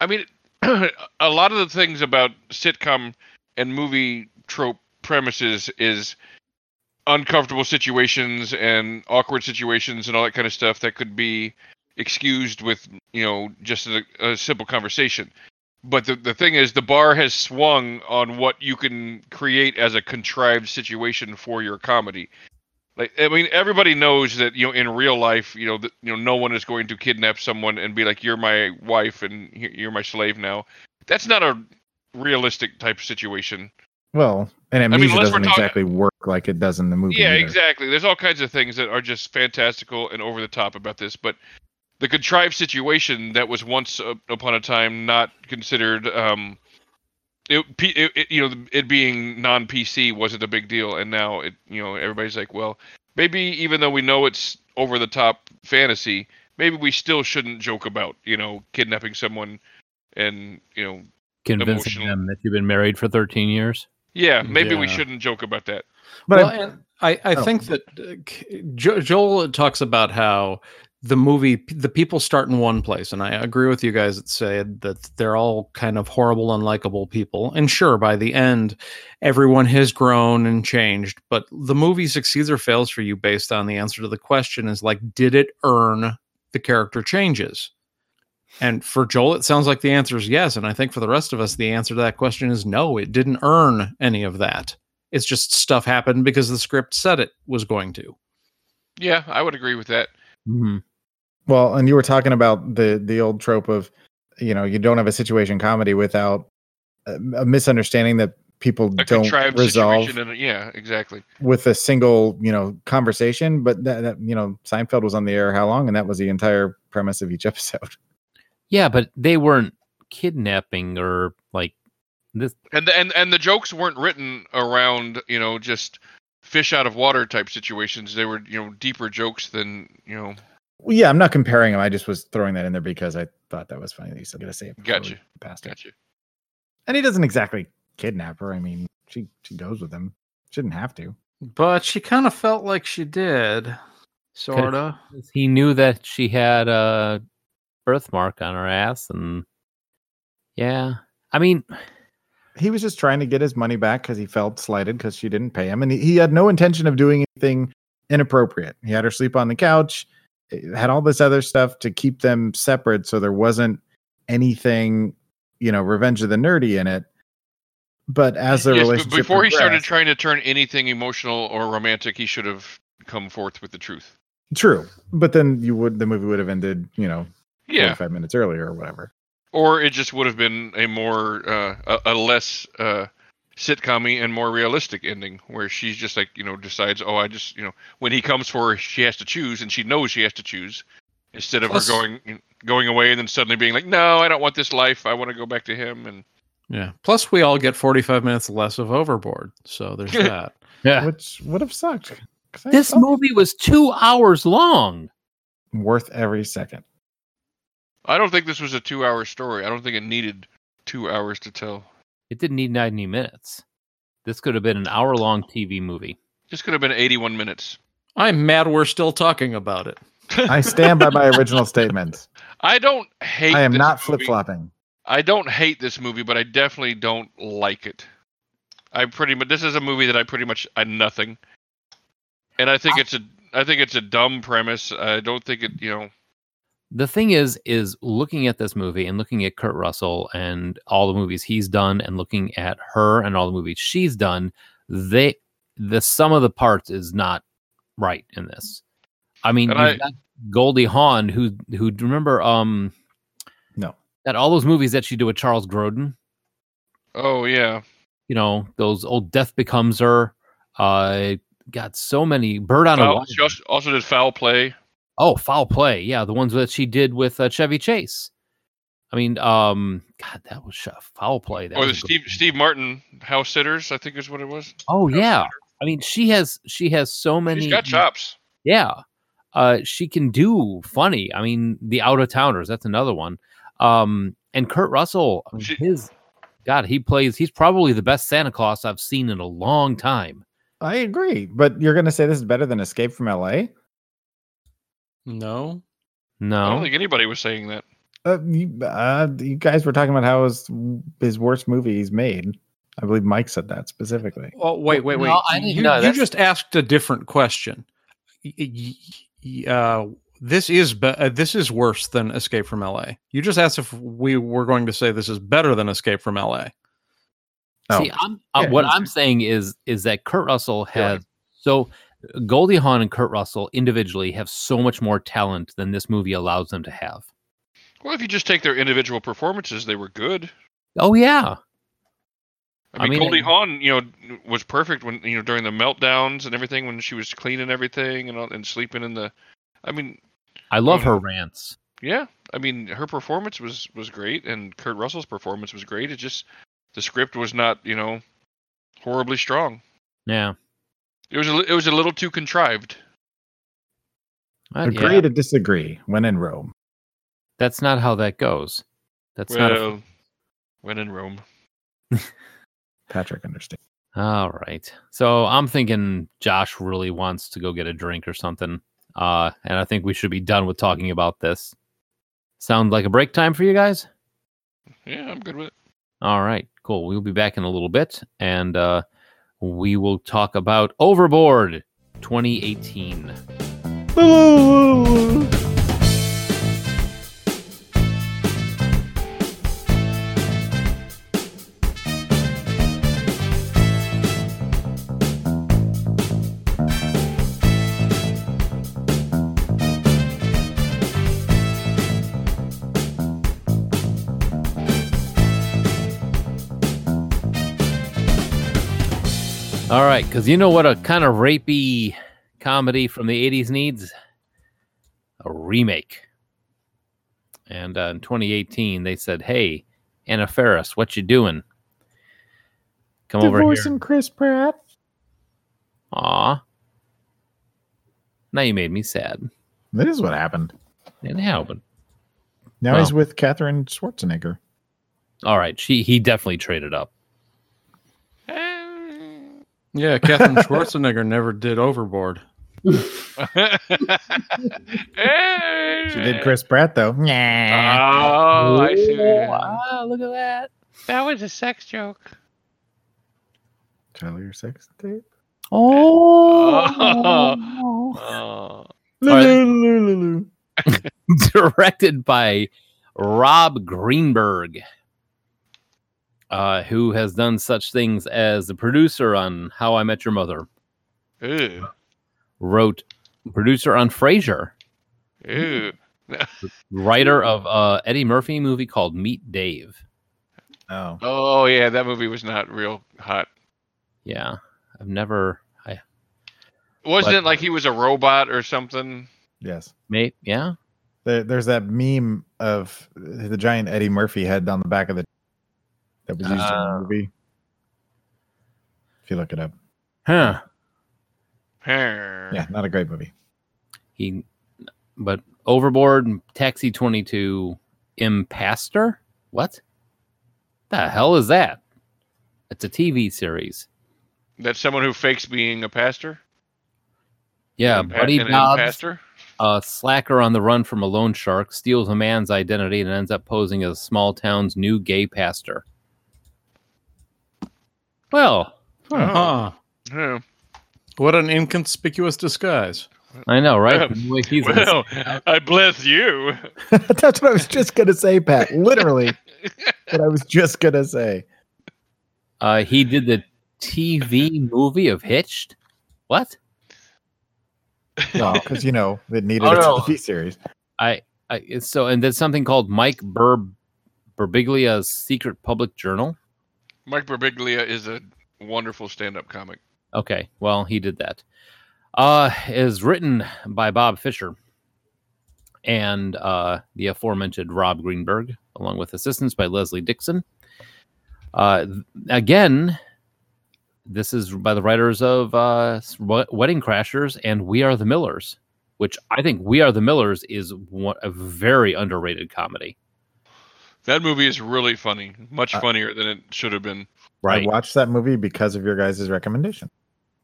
[SPEAKER 3] I mean, a lot of the things about sitcom and movie trope premises is uncomfortable situations and awkward situations and all that kind of stuff that could be excused with you know just a, a simple conversation. But the the thing is, the bar has swung on what you can create as a contrived situation for your comedy. Like I mean, everybody knows that you know in real life, you know, that, you know, no one is going to kidnap someone and be like, "You're my wife and y- you're my slave now." That's not a realistic type of situation.
[SPEAKER 4] well and
[SPEAKER 3] mean,
[SPEAKER 4] amnesia
[SPEAKER 3] unless we're
[SPEAKER 4] doesn't
[SPEAKER 3] talking-
[SPEAKER 4] exactly work like it does in the movie
[SPEAKER 3] Yeah,
[SPEAKER 4] either.
[SPEAKER 3] exactly. There's all kinds of things that are just fantastical and over the top about this, but the contrived situation that was once uh, upon a time not considered, um, it, P- it, it you know, it being non-PC wasn't a big deal, and now it, you know, everybody's like, well, maybe even though we know it's over the top fantasy, maybe we still shouldn't joke about, you know, kidnapping someone, and you know,
[SPEAKER 2] Convincing
[SPEAKER 3] Emotional.
[SPEAKER 2] them that you've been married for 13 years.
[SPEAKER 3] yeah, maybe we
[SPEAKER 5] Yeah.
[SPEAKER 3] shouldn't joke about that.
[SPEAKER 4] but
[SPEAKER 5] well,
[SPEAKER 4] I,
[SPEAKER 5] and I, I
[SPEAKER 4] Oh.
[SPEAKER 5] think that uh, K- Jo- Joel talks about how the movie, the people start in one place. And I agree with you guys that said that they're all kind of horrible, unlikable people. And sure, by the end, everyone has grown and changed. But the movie succeeds or fails for you based on the answer to the question is like, did it earn the character changes? And for Joel, it sounds like the answer is yes. And I think for the rest of us, the answer to that question is no, it didn't earn any of that. It's just stuff happened because the script said it was going to.
[SPEAKER 3] Yeah, I would agree with that.
[SPEAKER 2] Mm-hmm.
[SPEAKER 4] Well, and you were talking about the the old trope of, you know, you don't have a situation comedy without a, a misunderstanding that people
[SPEAKER 3] A
[SPEAKER 4] don't
[SPEAKER 3] contrived
[SPEAKER 4] resolve
[SPEAKER 3] situation, and yeah, exactly.
[SPEAKER 4] with a single, you know, conversation. But that, that you know, Seinfeld was on the air how long, and that was the entire premise of each episode.
[SPEAKER 2] Yeah, but they weren't kidnapping or like this.
[SPEAKER 3] and the, and and the jokes weren't written around you know just fish out of water type situations they were you know deeper jokes than you know
[SPEAKER 4] Well, yeah, I'm not comparing them. I just was throwing that in there because I thought that was funny. That you still got to say it. before we
[SPEAKER 3] Gotcha.
[SPEAKER 4] Passed it,
[SPEAKER 3] gotcha
[SPEAKER 4] and he doesn't exactly kidnap her. I mean, she she goes with him. Shouldn't have to.
[SPEAKER 5] But she kind of felt like she did,
[SPEAKER 2] sorta. He knew that she had uh, birthmark on her ass, and yeah, I mean,
[SPEAKER 4] He was just trying to get his money back because he felt slighted because she didn't pay him, and he, he had no intention of doing anything inappropriate. He had her sleep on the couch, eh, had all this other stuff to keep them separate, so there wasn't anything, you know, Revenge of the Nerdy in it. But as the
[SPEAKER 3] Yes, but
[SPEAKER 4] relationship
[SPEAKER 3] before he started
[SPEAKER 4] progressed-
[SPEAKER 3] trying to turn anything emotional or romantic, he should have come forth with the truth.
[SPEAKER 4] True, but then you would the movie would have ended, you know,
[SPEAKER 3] Yeah,
[SPEAKER 4] 45 minutes earlier or whatever.
[SPEAKER 3] or it just would have been a more uh, a, a less uh, sitcommy and more realistic ending, where she's just like you know decides, oh, I just you know when he comes for her, she has to choose, and she knows she has to choose instead of
[SPEAKER 5] Plus-
[SPEAKER 3] her going going away and then suddenly being like, no, I don't want this life, I want to go back to him, and
[SPEAKER 5] Yeah. Plus, we all get 45 minutes less of Overboard. So there's that.
[SPEAKER 2] yeah,
[SPEAKER 4] Which would have sucked. 'Cause I
[SPEAKER 2] this
[SPEAKER 4] felt
[SPEAKER 2] movie was two hours long.
[SPEAKER 4] worth every second.
[SPEAKER 3] I don't think this was a two-hour story. I don't think it needed two hours to tell.
[SPEAKER 2] It didn't need ninety minutes. This could have been an hour long TV movie.
[SPEAKER 3] This could have been 81 minutes.
[SPEAKER 5] I'm mad we're still talking about it.
[SPEAKER 4] I stand by my original statement.
[SPEAKER 3] I don't hate.
[SPEAKER 4] I am
[SPEAKER 3] this
[SPEAKER 4] not
[SPEAKER 3] movie.
[SPEAKER 4] flip flopping.
[SPEAKER 3] I don't hate this movie, but I definitely don't like it. I pretty much this is a movie that I pretty much I nothing, and I think it's a I think it's a dumb premise. I don't think it you know
[SPEAKER 2] the thing is is looking at this movie and looking at Kurt Russell and all the movies he's done and looking at her and all the movies she's done they the sum of the parts is not right in this i mean
[SPEAKER 3] And
[SPEAKER 2] you've
[SPEAKER 3] I-
[SPEAKER 2] got Goldie Hawn who who remember um
[SPEAKER 4] No.
[SPEAKER 2] that all those movies that she did with Charles Grodin
[SPEAKER 3] oh yeah
[SPEAKER 2] you know those old death becomes her uh got so many bird on a
[SPEAKER 3] foul,
[SPEAKER 2] wire
[SPEAKER 3] she also, also did foul play.
[SPEAKER 2] Oh, foul play. Yeah, the ones that she did with uh, Chevy Chase. I mean, um, God, that was sh- foul play. That
[SPEAKER 3] Or the
[SPEAKER 2] was a great-
[SPEAKER 3] Oh, Steve Steve Martin House Sitters, I think is what it was.
[SPEAKER 2] Oh
[SPEAKER 3] House
[SPEAKER 2] yeah.
[SPEAKER 3] Sitter.
[SPEAKER 2] I mean, she has she has so many.
[SPEAKER 3] she's got chops.
[SPEAKER 2] Yeah, uh, she can do funny. I mean, the out of towners. That's another one. Um, and Kurt Russell. I mean,
[SPEAKER 3] She-
[SPEAKER 2] his God, he plays. He's probably the best Santa Claus I've seen in a long time.
[SPEAKER 4] I agree, but you're going to say this is better than Escape from LA?
[SPEAKER 5] No.
[SPEAKER 3] I
[SPEAKER 2] No,
[SPEAKER 3] don't think anybody was saying that.
[SPEAKER 4] Uh, you, uh, you guys were talking about how his his worst movie he's made. I believe Mike said that specifically.
[SPEAKER 5] Oh, wait, wait,
[SPEAKER 2] No,
[SPEAKER 5] wait.
[SPEAKER 2] I didn't
[SPEAKER 5] you
[SPEAKER 2] know.
[SPEAKER 5] you
[SPEAKER 2] That's-
[SPEAKER 5] just asked a different question. Y- y- y- Uh, this is be- uh, this is worse than Escape from LA. You just asked if we were going to say this is better than Escape from LA.
[SPEAKER 2] See,
[SPEAKER 4] Oh,
[SPEAKER 2] I'm, uh,
[SPEAKER 4] Yeah,
[SPEAKER 2] what
[SPEAKER 4] he's-
[SPEAKER 2] I'm saying is is that Kurt Russell has so Goldie Hawn and Kurt Russell individually have so much more talent than this movie allows them to have.
[SPEAKER 3] Well, if you just take their individual performances, they were good.
[SPEAKER 2] Oh yeah,
[SPEAKER 3] I
[SPEAKER 2] I
[SPEAKER 3] mean,
[SPEAKER 2] mean,
[SPEAKER 3] Goldie
[SPEAKER 2] it-
[SPEAKER 3] Hawn, you know, was perfect when you know during the meltdowns and everything when she was cleaning everything and all- and sleeping in the. I mean,
[SPEAKER 2] I love
[SPEAKER 3] Mhm.
[SPEAKER 2] her rants.
[SPEAKER 3] yeah, I mean her performance was was great and Kurt Russell's performance was great. It just the script was not you know horribly strong.
[SPEAKER 2] Yeah,
[SPEAKER 3] It was a, li- it was a little too contrived.
[SPEAKER 2] Uh, yeah.
[SPEAKER 4] Agree to disagree when in Rome.
[SPEAKER 2] That's not how that goes. That's not. A,
[SPEAKER 3] well, uh, when in Rome,
[SPEAKER 4] Patrick understands.
[SPEAKER 2] all right. So I'm thinking Josh really wants to go get a drink or something, uh, and I think we should be done with talking about this. Sound like a break time for you guys?
[SPEAKER 3] yeah, I'm good with it.
[SPEAKER 2] All right, cool. We'll be back in a little bit and uh, we will talk about Overboard 2018. All right, because you know what a kind of rapey comedy from the 80s needs? A remake. And uh, in 2018, they said, Hey, Anna Ferris, what you doing? Come over here.
[SPEAKER 4] Divorcing Chris Pratt.
[SPEAKER 2] Aw. Now you made me sad.
[SPEAKER 4] That is what happened.
[SPEAKER 2] It happened.
[SPEAKER 4] Now
[SPEAKER 2] Well.
[SPEAKER 4] he's with Katherine Schwarzenegger.
[SPEAKER 2] All right, she he definitely traded up.
[SPEAKER 5] Yeah, Katherine Schwarzenegger never did Overboard.
[SPEAKER 4] She did Chris Pratt though. Nah.
[SPEAKER 3] Oh, I see. what you're doing.
[SPEAKER 2] wow, look at that.
[SPEAKER 3] That was a sex joke.
[SPEAKER 4] Tyler, your sex tape.
[SPEAKER 2] Oh.
[SPEAKER 3] Oh.
[SPEAKER 4] Lulu.
[SPEAKER 2] directed by Rob Greenberg, uh, who has done such things as the producer on How I Met Your Mother,
[SPEAKER 3] Ew.
[SPEAKER 2] wrote producer on Frasier,
[SPEAKER 3] Ew.
[SPEAKER 2] writer
[SPEAKER 3] Hmm.
[SPEAKER 2] of uh, Eddie Murphy movie called Meet Dave.
[SPEAKER 4] Oh.
[SPEAKER 3] Oh yeah, that movie was not real hot.
[SPEAKER 2] Yeah, I've never. I
[SPEAKER 3] Wasn't
[SPEAKER 2] But-
[SPEAKER 3] it like he was a robot or something?
[SPEAKER 4] Yes.
[SPEAKER 2] may yeah.
[SPEAKER 4] There, there's that meme of the giant Eddie Murphy head on the back of the that was used in the movie. If you look it up,
[SPEAKER 2] Huh.
[SPEAKER 4] yeah,
[SPEAKER 3] Yeah.
[SPEAKER 4] not a great movie.
[SPEAKER 2] He, but Overboard, Taxi Twenty Two, Impastor. What? The hell is that? It's a TV series.
[SPEAKER 3] That's someone who fakes being a pastor.
[SPEAKER 2] Yeah,
[SPEAKER 3] An pa-
[SPEAKER 2] Buddy
[SPEAKER 3] an
[SPEAKER 2] Bob's
[SPEAKER 3] pastor.
[SPEAKER 2] a slacker on the run from a loan shark steals a man's identity and ends up posing as a small town's new gay pastor. Well,
[SPEAKER 5] Huh.
[SPEAKER 3] Yeah.
[SPEAKER 5] What an inconspicuous disguise.
[SPEAKER 2] I know, right? The way he's-
[SPEAKER 3] Well, I bless you.
[SPEAKER 4] That's what I was just gonna say, Pat. Literally, what I was just gonna say.
[SPEAKER 2] uh, he did the TV movie of Hitched. What?
[SPEAKER 4] No, because you know it needed
[SPEAKER 2] Oh,
[SPEAKER 4] a
[SPEAKER 2] no.
[SPEAKER 4] TV series.
[SPEAKER 2] I, I it's so and there's something called Mike Burb Burbiglia's Secret Public Journal.
[SPEAKER 3] Mike Birbiglia is a wonderful stand-up comic.
[SPEAKER 2] Okay, well, he did that. Uh, is written by Bob Fisher and uh, the aforementioned Rob Greenberg, along with assistance by Leslie Dixon. Uh, th- again, this is by the writers of uh, s- Wed- Wedding Crashers and We Are the Millers, which I think We Are the Millers is one, a very underrated comedy.
[SPEAKER 3] That movie is really funny, much
[SPEAKER 4] Uh,
[SPEAKER 3] funnier than it should have been.
[SPEAKER 4] I watched that movie because of your guys' recommendation.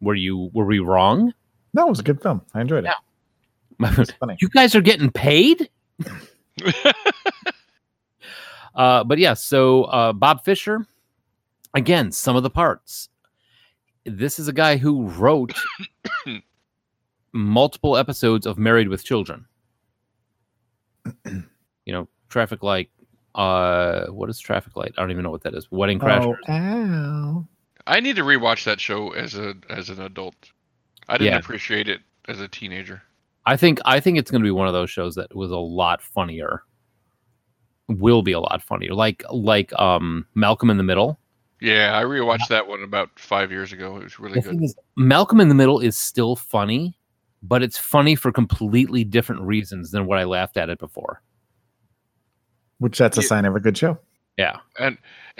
[SPEAKER 2] Were you were we wrong?
[SPEAKER 4] No, it was a good film. I enjoyed it.
[SPEAKER 2] Yeah.
[SPEAKER 4] It's funny.
[SPEAKER 2] you guys are getting paid? Uh, but yeah, so uh, Bob Fisher, again, some of the parts. This is a guy who wrote multiple episodes of Married with Children. you know, Traffic Light. Uh, what is Traffic Light? I don't even know what that is. Wedding Crashers.
[SPEAKER 4] Oh, ow.
[SPEAKER 3] I need to rewatch that show as a as an adult. I didn't
[SPEAKER 2] Yeah.
[SPEAKER 3] appreciate it as a teenager.
[SPEAKER 2] I think I think it's going to be one of those shows that was a lot funnier. Will be a lot funnier, like like um Malcolm in the Middle.
[SPEAKER 3] Yeah, I rewatched that one about five years ago. It was really
[SPEAKER 2] the
[SPEAKER 3] good.
[SPEAKER 2] thing is, Malcolm in the Middle is still funny, but it's funny for completely different reasons than what I laughed at it before.
[SPEAKER 4] Which that's a
[SPEAKER 3] Yeah.
[SPEAKER 4] sign of a good show.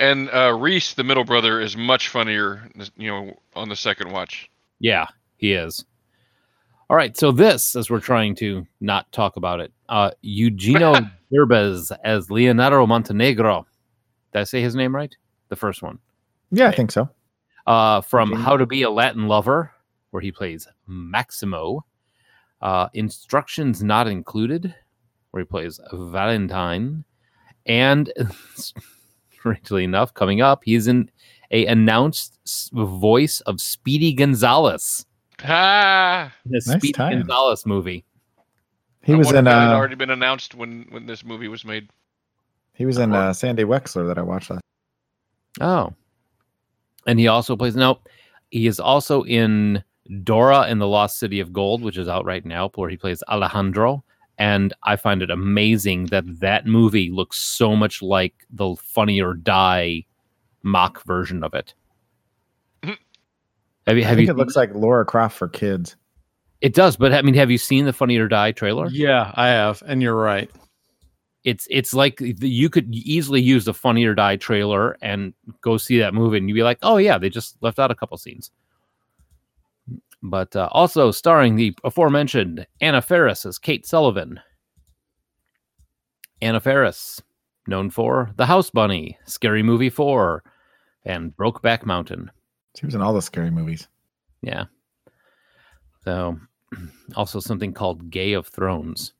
[SPEAKER 3] And uh, Reese, the middle brother, is much funnier. You know, on the second watch.
[SPEAKER 2] Yeah, he is. All right, so this, as we're trying to not talk about it, uh, Eugenio Derbez as Leonardo Montenegro. Did I say his name right? The first one.
[SPEAKER 4] Yeah, I think so.
[SPEAKER 2] uh, from
[SPEAKER 4] Okay.
[SPEAKER 2] How to Be a Latin Lover, where he plays Maximo. Uh, Instructions Not Included, where he plays Valentine. And strangely enough, coming up, he's in a announced s- voice of Speedy Gonzalez.
[SPEAKER 3] Ah,
[SPEAKER 2] In a Speedy
[SPEAKER 4] time.
[SPEAKER 2] Gonzalez movie.
[SPEAKER 4] He
[SPEAKER 3] I
[SPEAKER 4] was
[SPEAKER 3] wonder
[SPEAKER 4] in
[SPEAKER 3] if that had
[SPEAKER 4] uh,
[SPEAKER 3] already been announced when when this movie was made.
[SPEAKER 4] he was in uh, Sandy Wexler that I watched last.
[SPEAKER 2] Oh. And he also plays, no, he is also in Dora and the Lost City of Gold, which is out right now, where he plays Alejandro. And I find it amazing that that movie looks so much like the Funny or Die mock version of it. Have you,
[SPEAKER 4] I
[SPEAKER 2] have
[SPEAKER 4] think
[SPEAKER 2] you,
[SPEAKER 4] it looks like Laura Croft for kids.
[SPEAKER 2] it does, but I mean, have you seen the Funny or Die trailer?
[SPEAKER 5] Yeah, I have, and you're right.
[SPEAKER 2] It's, it's like the- you could easily use the Funny or Die trailer and go see that movie and you'd be like, oh yeah, they just left out a couple scenes. but uh, also starring the aforementioned Anna Faris as Kate Sullivan. Anna Faris, known for The House Bunny, Scary Movie 4, and Brokeback Mountain.
[SPEAKER 4] She was in all the scary movies.
[SPEAKER 2] Yeah. So Also, something called Gay of Thrones.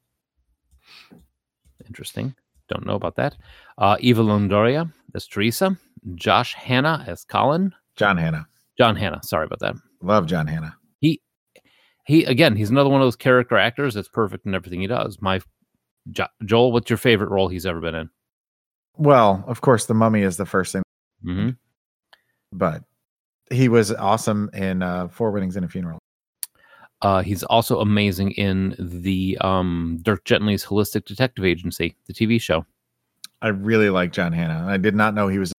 [SPEAKER 2] Interesting. Don't know about that. Uh, Eva Londoria as Teresa. Josh Hanna as Colin.
[SPEAKER 4] John Hannah.
[SPEAKER 2] John Hanna. Sorry about that.
[SPEAKER 4] Love John Hannah.
[SPEAKER 2] He again, he's another one of those character actors that's perfect in everything he does. My jo- Joel, what's your favorite role he's ever been in?
[SPEAKER 4] Well, of course, the mummy is the first thing,
[SPEAKER 2] Mm-hmm.
[SPEAKER 4] but he was awesome in uh, Four Weddings and a Funeral.
[SPEAKER 2] Uh, he's also amazing in the um, Dirk Gently's Holistic Detective Agency, the TV show.
[SPEAKER 4] I really like John Hannah. I did not know he was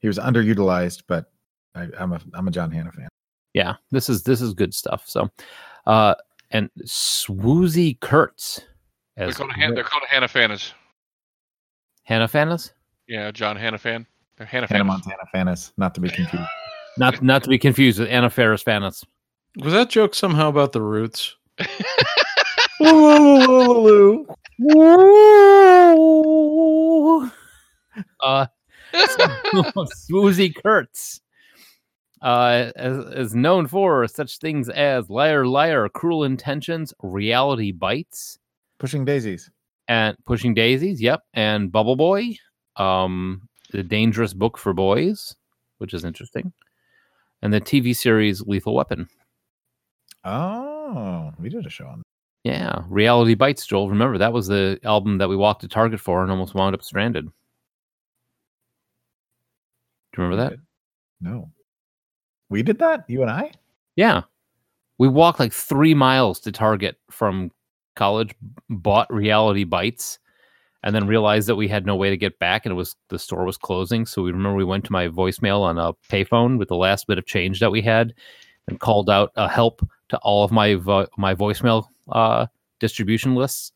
[SPEAKER 4] he was underutilized, but I, I'm a I'm a John Hannah fan.
[SPEAKER 2] Yeah, this is this is good stuff. So, uh, and Swoozy Kurtz
[SPEAKER 3] They're
[SPEAKER 2] as
[SPEAKER 3] called, Han- they're called Hanafanas.
[SPEAKER 2] Hannah Fannis.
[SPEAKER 3] Yeah, John Hanafan. They're
[SPEAKER 4] Hannah
[SPEAKER 3] Hanafanas.
[SPEAKER 4] Montana fanis, not to be confused.
[SPEAKER 2] Not not to be confused with Anna Faris Fannis.
[SPEAKER 5] Was that joke somehow about the roots?
[SPEAKER 2] Uh, Swoozy Kurtz uh, is, is known for such things as Liar Liar, Cruel Intentions, Reality Bites,
[SPEAKER 4] Pushing Daisies.
[SPEAKER 2] and Pushing Daisies. Yep, and Bubble Boy, um, the Dangerous Book for Boys, which is interesting, and the TV series Lethal Weapon.
[SPEAKER 4] Oh, we did a show on.
[SPEAKER 2] Yeah, Reality Bites, Joel. Remember that was the album that we walked to Target for and almost wound up stranded. Do you remember that?
[SPEAKER 4] No, we did that. You and I.
[SPEAKER 2] Yeah. We walked like three miles to Target from college, bought reality bites, and then realized that we had no way to get back and it was the store was closing. So we remember we went to my voicemail on a payphone with the last bit of change that we had and called out a help to all of my vo- my voicemail uh, distribution lists.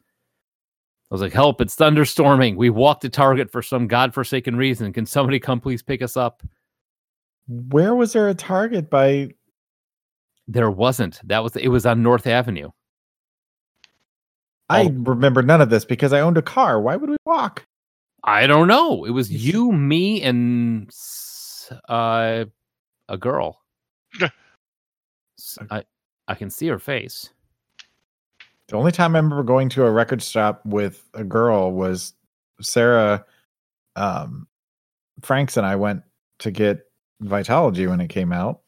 [SPEAKER 2] I was like, help, it's thunderstorming. We walked to Target for some godforsaken reason. Can somebody come please pick us up?
[SPEAKER 4] Where was there a Target by?
[SPEAKER 2] There wasn't. That was it was on North Avenue.
[SPEAKER 4] I remember none of this because I owned a car. Why would we walk?
[SPEAKER 2] I don't know. It was you, me, and s- uh, a girl. S- I I can see her face.
[SPEAKER 4] The only time I remember going to a record shop with a girl was Sarah um, Franks and I went to get Vitology when it came out.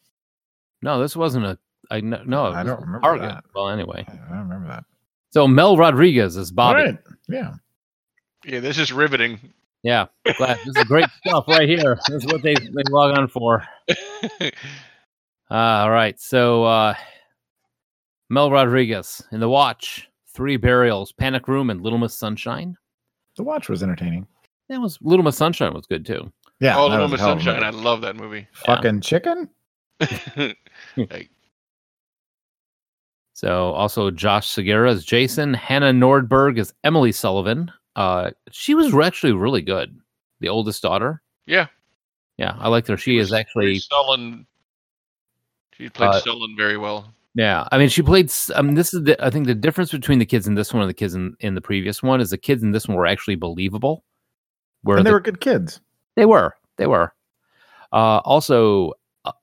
[SPEAKER 2] No, this wasn't a. I kn- no. Oh, it
[SPEAKER 4] I
[SPEAKER 2] was
[SPEAKER 4] don't
[SPEAKER 2] a
[SPEAKER 4] remember
[SPEAKER 2] Target.
[SPEAKER 4] that.
[SPEAKER 2] Well, anyway,
[SPEAKER 4] I I remember that.
[SPEAKER 2] so Mel Rodriguez is Bobby.
[SPEAKER 4] Right. Yeah.
[SPEAKER 3] Yeah, this is riveting.
[SPEAKER 2] Yeah, glad. this is great stuff right here. This is what they they log on for. Uh, all right. So uh, Mel Rodriguez in the Watch, Three Burials, Panic Room, and Little Miss Sunshine.
[SPEAKER 4] The watch was entertaining.
[SPEAKER 2] That was Little Miss Sunshine was good too.
[SPEAKER 4] Yeah.
[SPEAKER 3] All
[SPEAKER 4] that was
[SPEAKER 3] Little
[SPEAKER 4] a
[SPEAKER 3] Miss
[SPEAKER 4] hell of a
[SPEAKER 3] Sunshine. I
[SPEAKER 4] movie.
[SPEAKER 3] love that movie.
[SPEAKER 2] Yeah.
[SPEAKER 4] Fucking chicken?
[SPEAKER 2] So also Josh Segura is Jason. Hannah Nordberg is Emily Sullivan. Uh, she was re- actually really good. The oldest daughter.
[SPEAKER 3] yeah,
[SPEAKER 2] Yeah, I liked her. She is actually.
[SPEAKER 3] Sullen. She played
[SPEAKER 2] Uh,
[SPEAKER 3] Sullen very well.
[SPEAKER 2] Yeah, I mean, she played. s- Um, this is the, I think the difference between the kids in this one and the kids in, in the previous one is the kids in this one were actually believable. Where
[SPEAKER 4] And they
[SPEAKER 2] the-
[SPEAKER 4] were good kids.
[SPEAKER 2] They were. They were. Uh, also, uh,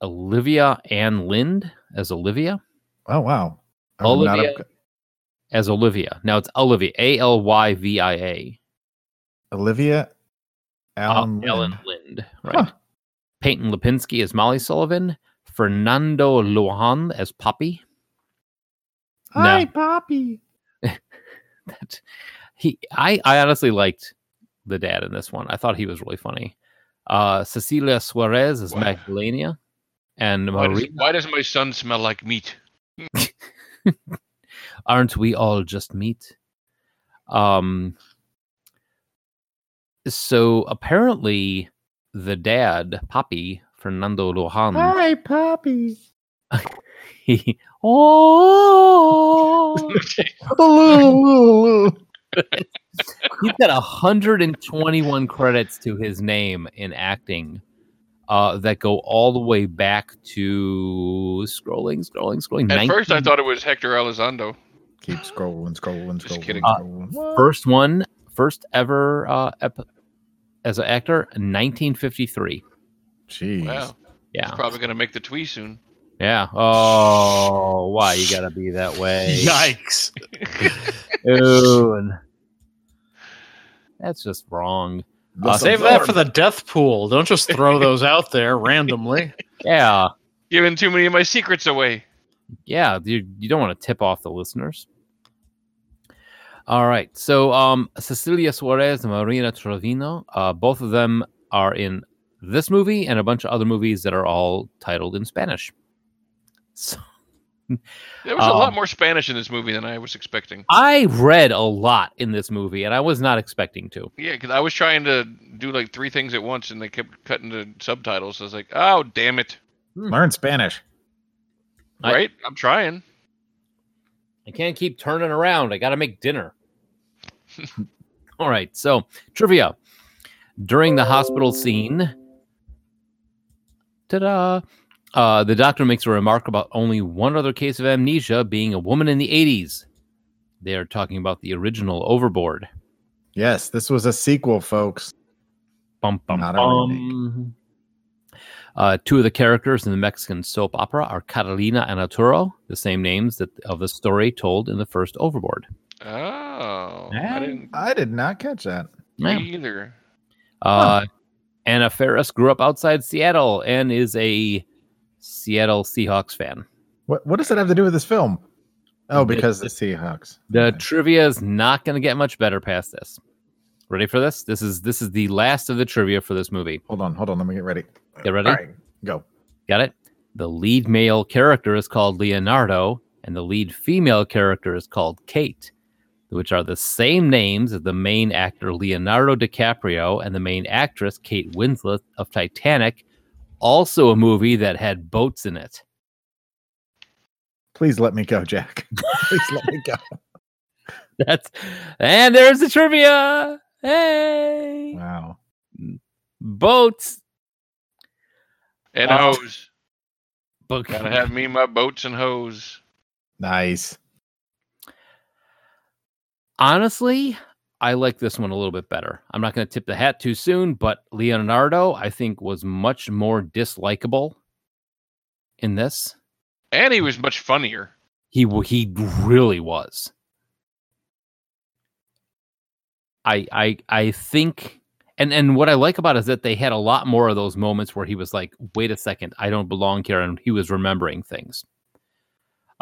[SPEAKER 2] Olivia Ann Lind as Olivia.
[SPEAKER 4] Oh, wow. I would not
[SPEAKER 2] Olivia.
[SPEAKER 4] have-
[SPEAKER 2] As Olivia. Now it's Olivia. A L Y V I A.
[SPEAKER 4] Olivia Allen.
[SPEAKER 2] Uh, Alan Oh, Ellen
[SPEAKER 4] Lynn.
[SPEAKER 2] Lind. Right. Peyton Lipinski as Molly Sullivan. Fernando Lohan as Poppy. No.
[SPEAKER 4] Hi, Poppy.
[SPEAKER 2] That he, I, I honestly liked the dad in this one. I thought he was really funny. Uh, Cecilia Suarez as
[SPEAKER 3] Wow.
[SPEAKER 2] Magdalena, and
[SPEAKER 3] Why does,
[SPEAKER 2] Marie.
[SPEAKER 3] why does my son smell like meat?
[SPEAKER 2] aren't we all just meat um so apparently the dad papi fernando
[SPEAKER 3] Ah.
[SPEAKER 2] lohan
[SPEAKER 4] Hi, Poppy.
[SPEAKER 2] he oh he's got 121 credits to his name in acting uh, that go all the way back to scrolling, scrolling, scrolling.
[SPEAKER 3] At first, I
[SPEAKER 2] 19
[SPEAKER 3] thought it was Hector Elizondo.
[SPEAKER 4] Keep scrolling, scrolling,
[SPEAKER 3] Just
[SPEAKER 4] scrolling.
[SPEAKER 3] kidding.
[SPEAKER 2] Uh,
[SPEAKER 4] scrolling. What?
[SPEAKER 2] first one, first ever uh, ep- as an actor, 1953.
[SPEAKER 4] Jeez.
[SPEAKER 3] Wow,
[SPEAKER 2] Yeah,
[SPEAKER 3] probably going to make the twee soon.
[SPEAKER 2] Yeah. Oh, why you gotta be that way?
[SPEAKER 5] Yikes.
[SPEAKER 2] Ooh, and that's just wrong. Uh,
[SPEAKER 5] Save that for the death pool. Don't just throw those out there randomly.
[SPEAKER 2] Yeah,
[SPEAKER 3] Giving too many of my secrets away.
[SPEAKER 2] yeah. You you don't want to tip off the listeners. All right. So, um, Cecilia Suarez and Marina Trevino, uh, both of them are in this movie and a bunch of other movies that are all titled in Spanish. So,
[SPEAKER 3] There was a lot
[SPEAKER 2] Um,
[SPEAKER 3] more Spanish in this movie than I was expecting.
[SPEAKER 2] I read a lot in this movie, and I was not expecting to.
[SPEAKER 3] Yeah, because I was trying to do like three things at once, and they kept cutting to subtitles. I was like, "Oh, damn it!"
[SPEAKER 4] Learn Spanish.
[SPEAKER 2] I-
[SPEAKER 3] Right? I'm trying.
[SPEAKER 2] I can't keep turning around. I got to make dinner. All right. So, trivia. During the hospital scene, ta da, uh, the doctor makes a remark about only one other case of amnesia being a woman in the 80s. They are talking about the original Overboard.
[SPEAKER 4] Yes, this was a sequel, folks.
[SPEAKER 2] Bum, bum,
[SPEAKER 4] Not a remake.
[SPEAKER 2] bum. Uh, two of the characters in the Mexican soap opera are Catalina and Arturo, the same names that of the story told in the first Overboard.
[SPEAKER 3] Oh,
[SPEAKER 2] Yeah.
[SPEAKER 3] I didn't
[SPEAKER 4] I did not catch that.
[SPEAKER 2] Yeah.
[SPEAKER 3] either.
[SPEAKER 2] Uh, Anna Ferris grew up outside Seattle and is a Seattle Seahawks fan.
[SPEAKER 4] What What does that have to do with this film? Oh,
[SPEAKER 2] The-
[SPEAKER 4] because the Seahawks.
[SPEAKER 2] The
[SPEAKER 4] Okay.
[SPEAKER 2] trivia is not going to get much better past this. Ready for this? This is this is the last of the trivia for this movie.
[SPEAKER 4] hold on, hold on. Let me get ready.
[SPEAKER 2] Get ready?
[SPEAKER 4] All right, go.
[SPEAKER 2] Got it? The lead male character is called Leonardo, and the lead female character is called Kate, which are the same names as the main actor Leonardo DiCaprio and the main actress Kate Winslet of Titanic, also a movie that had boats in it.
[SPEAKER 4] Please let me go, Jack. Please let me go.
[SPEAKER 2] That's and there's the trivia. Hey,
[SPEAKER 4] Wow.
[SPEAKER 2] boats.
[SPEAKER 3] And
[SPEAKER 2] Uh,
[SPEAKER 3] hose.
[SPEAKER 2] Boat.
[SPEAKER 3] Gotta have me my boats and hose.
[SPEAKER 4] Nice.
[SPEAKER 2] Honestly, I like this one a little bit better. I'm not going to tip the hat too soon, but Leonardo, I think, was much more dislikable in this.
[SPEAKER 3] And he was much funnier.
[SPEAKER 2] He w- he really was. I I I think and and what I like about it is that they had a lot more of those moments where he was like, "Wait a second, I don't belong here," and he was remembering things.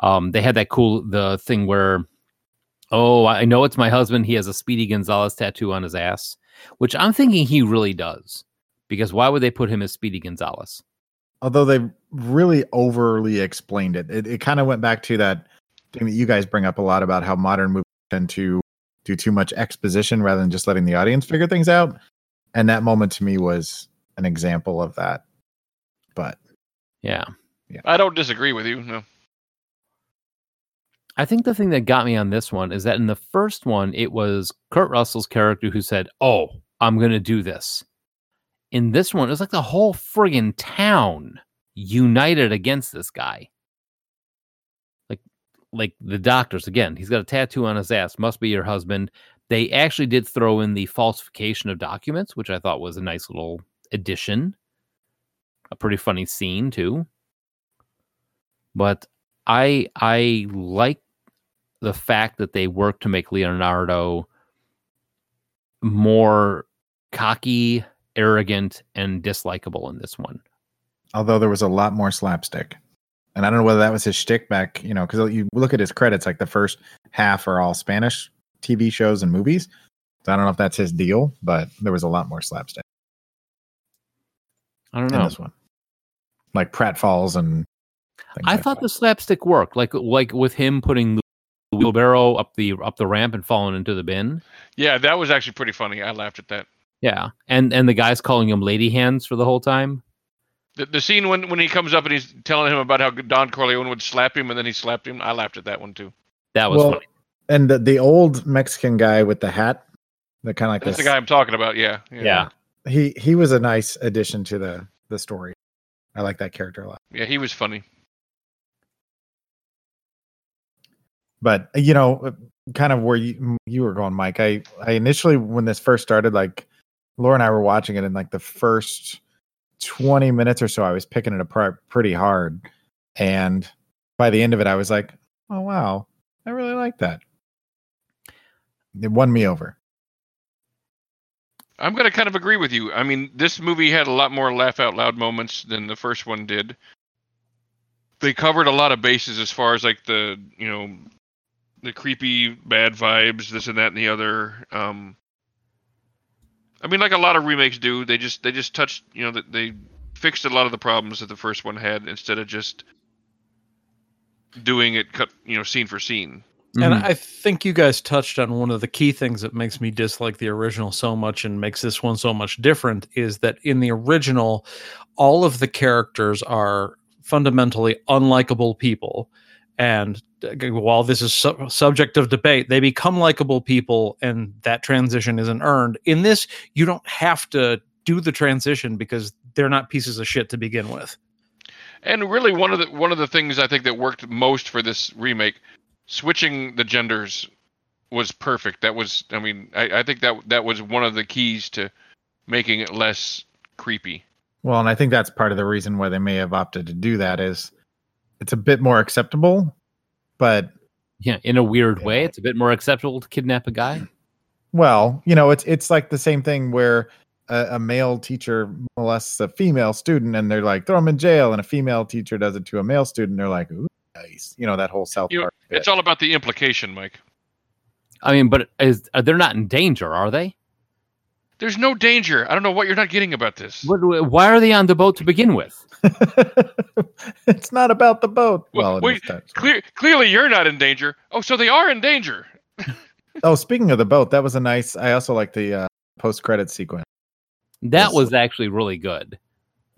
[SPEAKER 2] Um, they had that cool the thing where, oh, I know it's my husband. He has a Speedy Gonzalez tattoo on his ass, which I'm thinking he really does, because why would they put him as Speedy Gonzalez?
[SPEAKER 4] although they really overly explained it. It, it kind of went back to that thing that you guys bring up a lot about how modern movies tend to do too much exposition rather than just letting the audience figure things out. And that moment to me was an example of that. But
[SPEAKER 2] Yeah.
[SPEAKER 3] I don't disagree with you. No.
[SPEAKER 2] I think the thing that got me on this one is that in the first one, it was Kurt Russell's character who said, Oh, I'm going to do this. In this one, it was like the whole friggin' town united against this guy. Like, like the doctors, again, he's got a tattoo on his ass, must be your husband. They actually did throw in the falsification of documents, which I thought was a nice little addition. A pretty funny scene, too. But I I like the fact that they work to make Leonardo more cocky, arrogant, and dislikable in this one.
[SPEAKER 4] although there was a lot more slapstick. And I don't know whether that was his shtick back, you know, because you look at his credits, like the first half are all Spanish TV shows and movies. So I don't know if that's his deal, but there was a lot more slapstick
[SPEAKER 2] I don't
[SPEAKER 4] in
[SPEAKER 2] know.
[SPEAKER 4] this one, like pratfalls and. things
[SPEAKER 2] I
[SPEAKER 4] like
[SPEAKER 2] thought
[SPEAKER 4] that.
[SPEAKER 2] the slapstick worked, like like with him putting the wheelbarrow up the up the ramp and falling into the bin.
[SPEAKER 3] Yeah, that was actually pretty funny. I laughed at that.
[SPEAKER 2] Yeah, and and the guys calling him lady hands for the whole time.
[SPEAKER 3] The, the scene when, when he comes up and he's telling him about how Don Corleone would slap him and then he slapped him. I laughed at that one too.
[SPEAKER 2] That was
[SPEAKER 4] Well,
[SPEAKER 2] funny.
[SPEAKER 4] And the, the old Mexican guy with the hat, the kind of like
[SPEAKER 3] That's
[SPEAKER 4] this,
[SPEAKER 3] the guy I'm talking about. Yeah.
[SPEAKER 2] Yeah.
[SPEAKER 4] He he was a nice addition to the the story. I like that character a lot.
[SPEAKER 3] Yeah, he was funny.
[SPEAKER 4] But uh, you know, kind of where you you were going, Mike. I I initially when this first started, like Laura and I were watching it, and like the first twenty minutes or so, I was picking it apart pretty hard. And by the end of it, I was like, oh, wow, I really like that. It won me over.
[SPEAKER 3] I'm going to kind of agree with you. I mean, this movie had a lot more laugh out loud moments than the first one did. They covered a lot of bases as far as like the, you know, the creepy bad vibes, this and that and the other. Um I mean, like a lot of remakes do, they just they just touched, you know, that they fixed a lot of the problems that the first one had instead of just doing it cut, you know, scene for scene.
[SPEAKER 5] And
[SPEAKER 2] Mm-hmm. Mm.
[SPEAKER 5] I think you guys touched on one of the key things that makes me dislike the original so much and makes this one so much different is that in the original, all of the characters are fundamentally unlikable people. And uh, while this is su- subject of debate, they become likable people, and that transition isn't earned. In this, you don't have to do the transition because they're not pieces of shit to begin with.
[SPEAKER 3] And really, one of the one of the things I think that worked most for this remake, switching the genders, was perfect. That was, I mean, I, I think that that was one of the keys to making it less creepy.
[SPEAKER 4] Well, and I think that's part of the reason why they may have opted to do that is it's a bit more acceptable, but
[SPEAKER 2] Yeah, in a weird way, it's a bit more acceptable to kidnap a guy.
[SPEAKER 4] well, you know, it's it's like the same thing where a, a male teacher molests a female student and they're like throw them in jail, and a female teacher does it to a male student, they're like, ooh, nice, you know, that whole South
[SPEAKER 3] You know,
[SPEAKER 4] Park. bit.
[SPEAKER 3] It's all about the implication, Mike.
[SPEAKER 2] I mean, but is, are they're not in danger, are they?
[SPEAKER 3] There's no danger. I don't know what you're not getting about this.
[SPEAKER 2] What, why are they on the boat to begin with?
[SPEAKER 4] it's not about the boat.
[SPEAKER 3] Well,
[SPEAKER 4] Well, it
[SPEAKER 3] wait,
[SPEAKER 4] is that-
[SPEAKER 3] Clear, clearly, you're not in danger. Oh, so they are in danger.
[SPEAKER 4] oh, speaking of the boat, that was a nice. I also like the uh, post-credit sequence.
[SPEAKER 2] That
[SPEAKER 4] Yes.
[SPEAKER 2] was actually really good.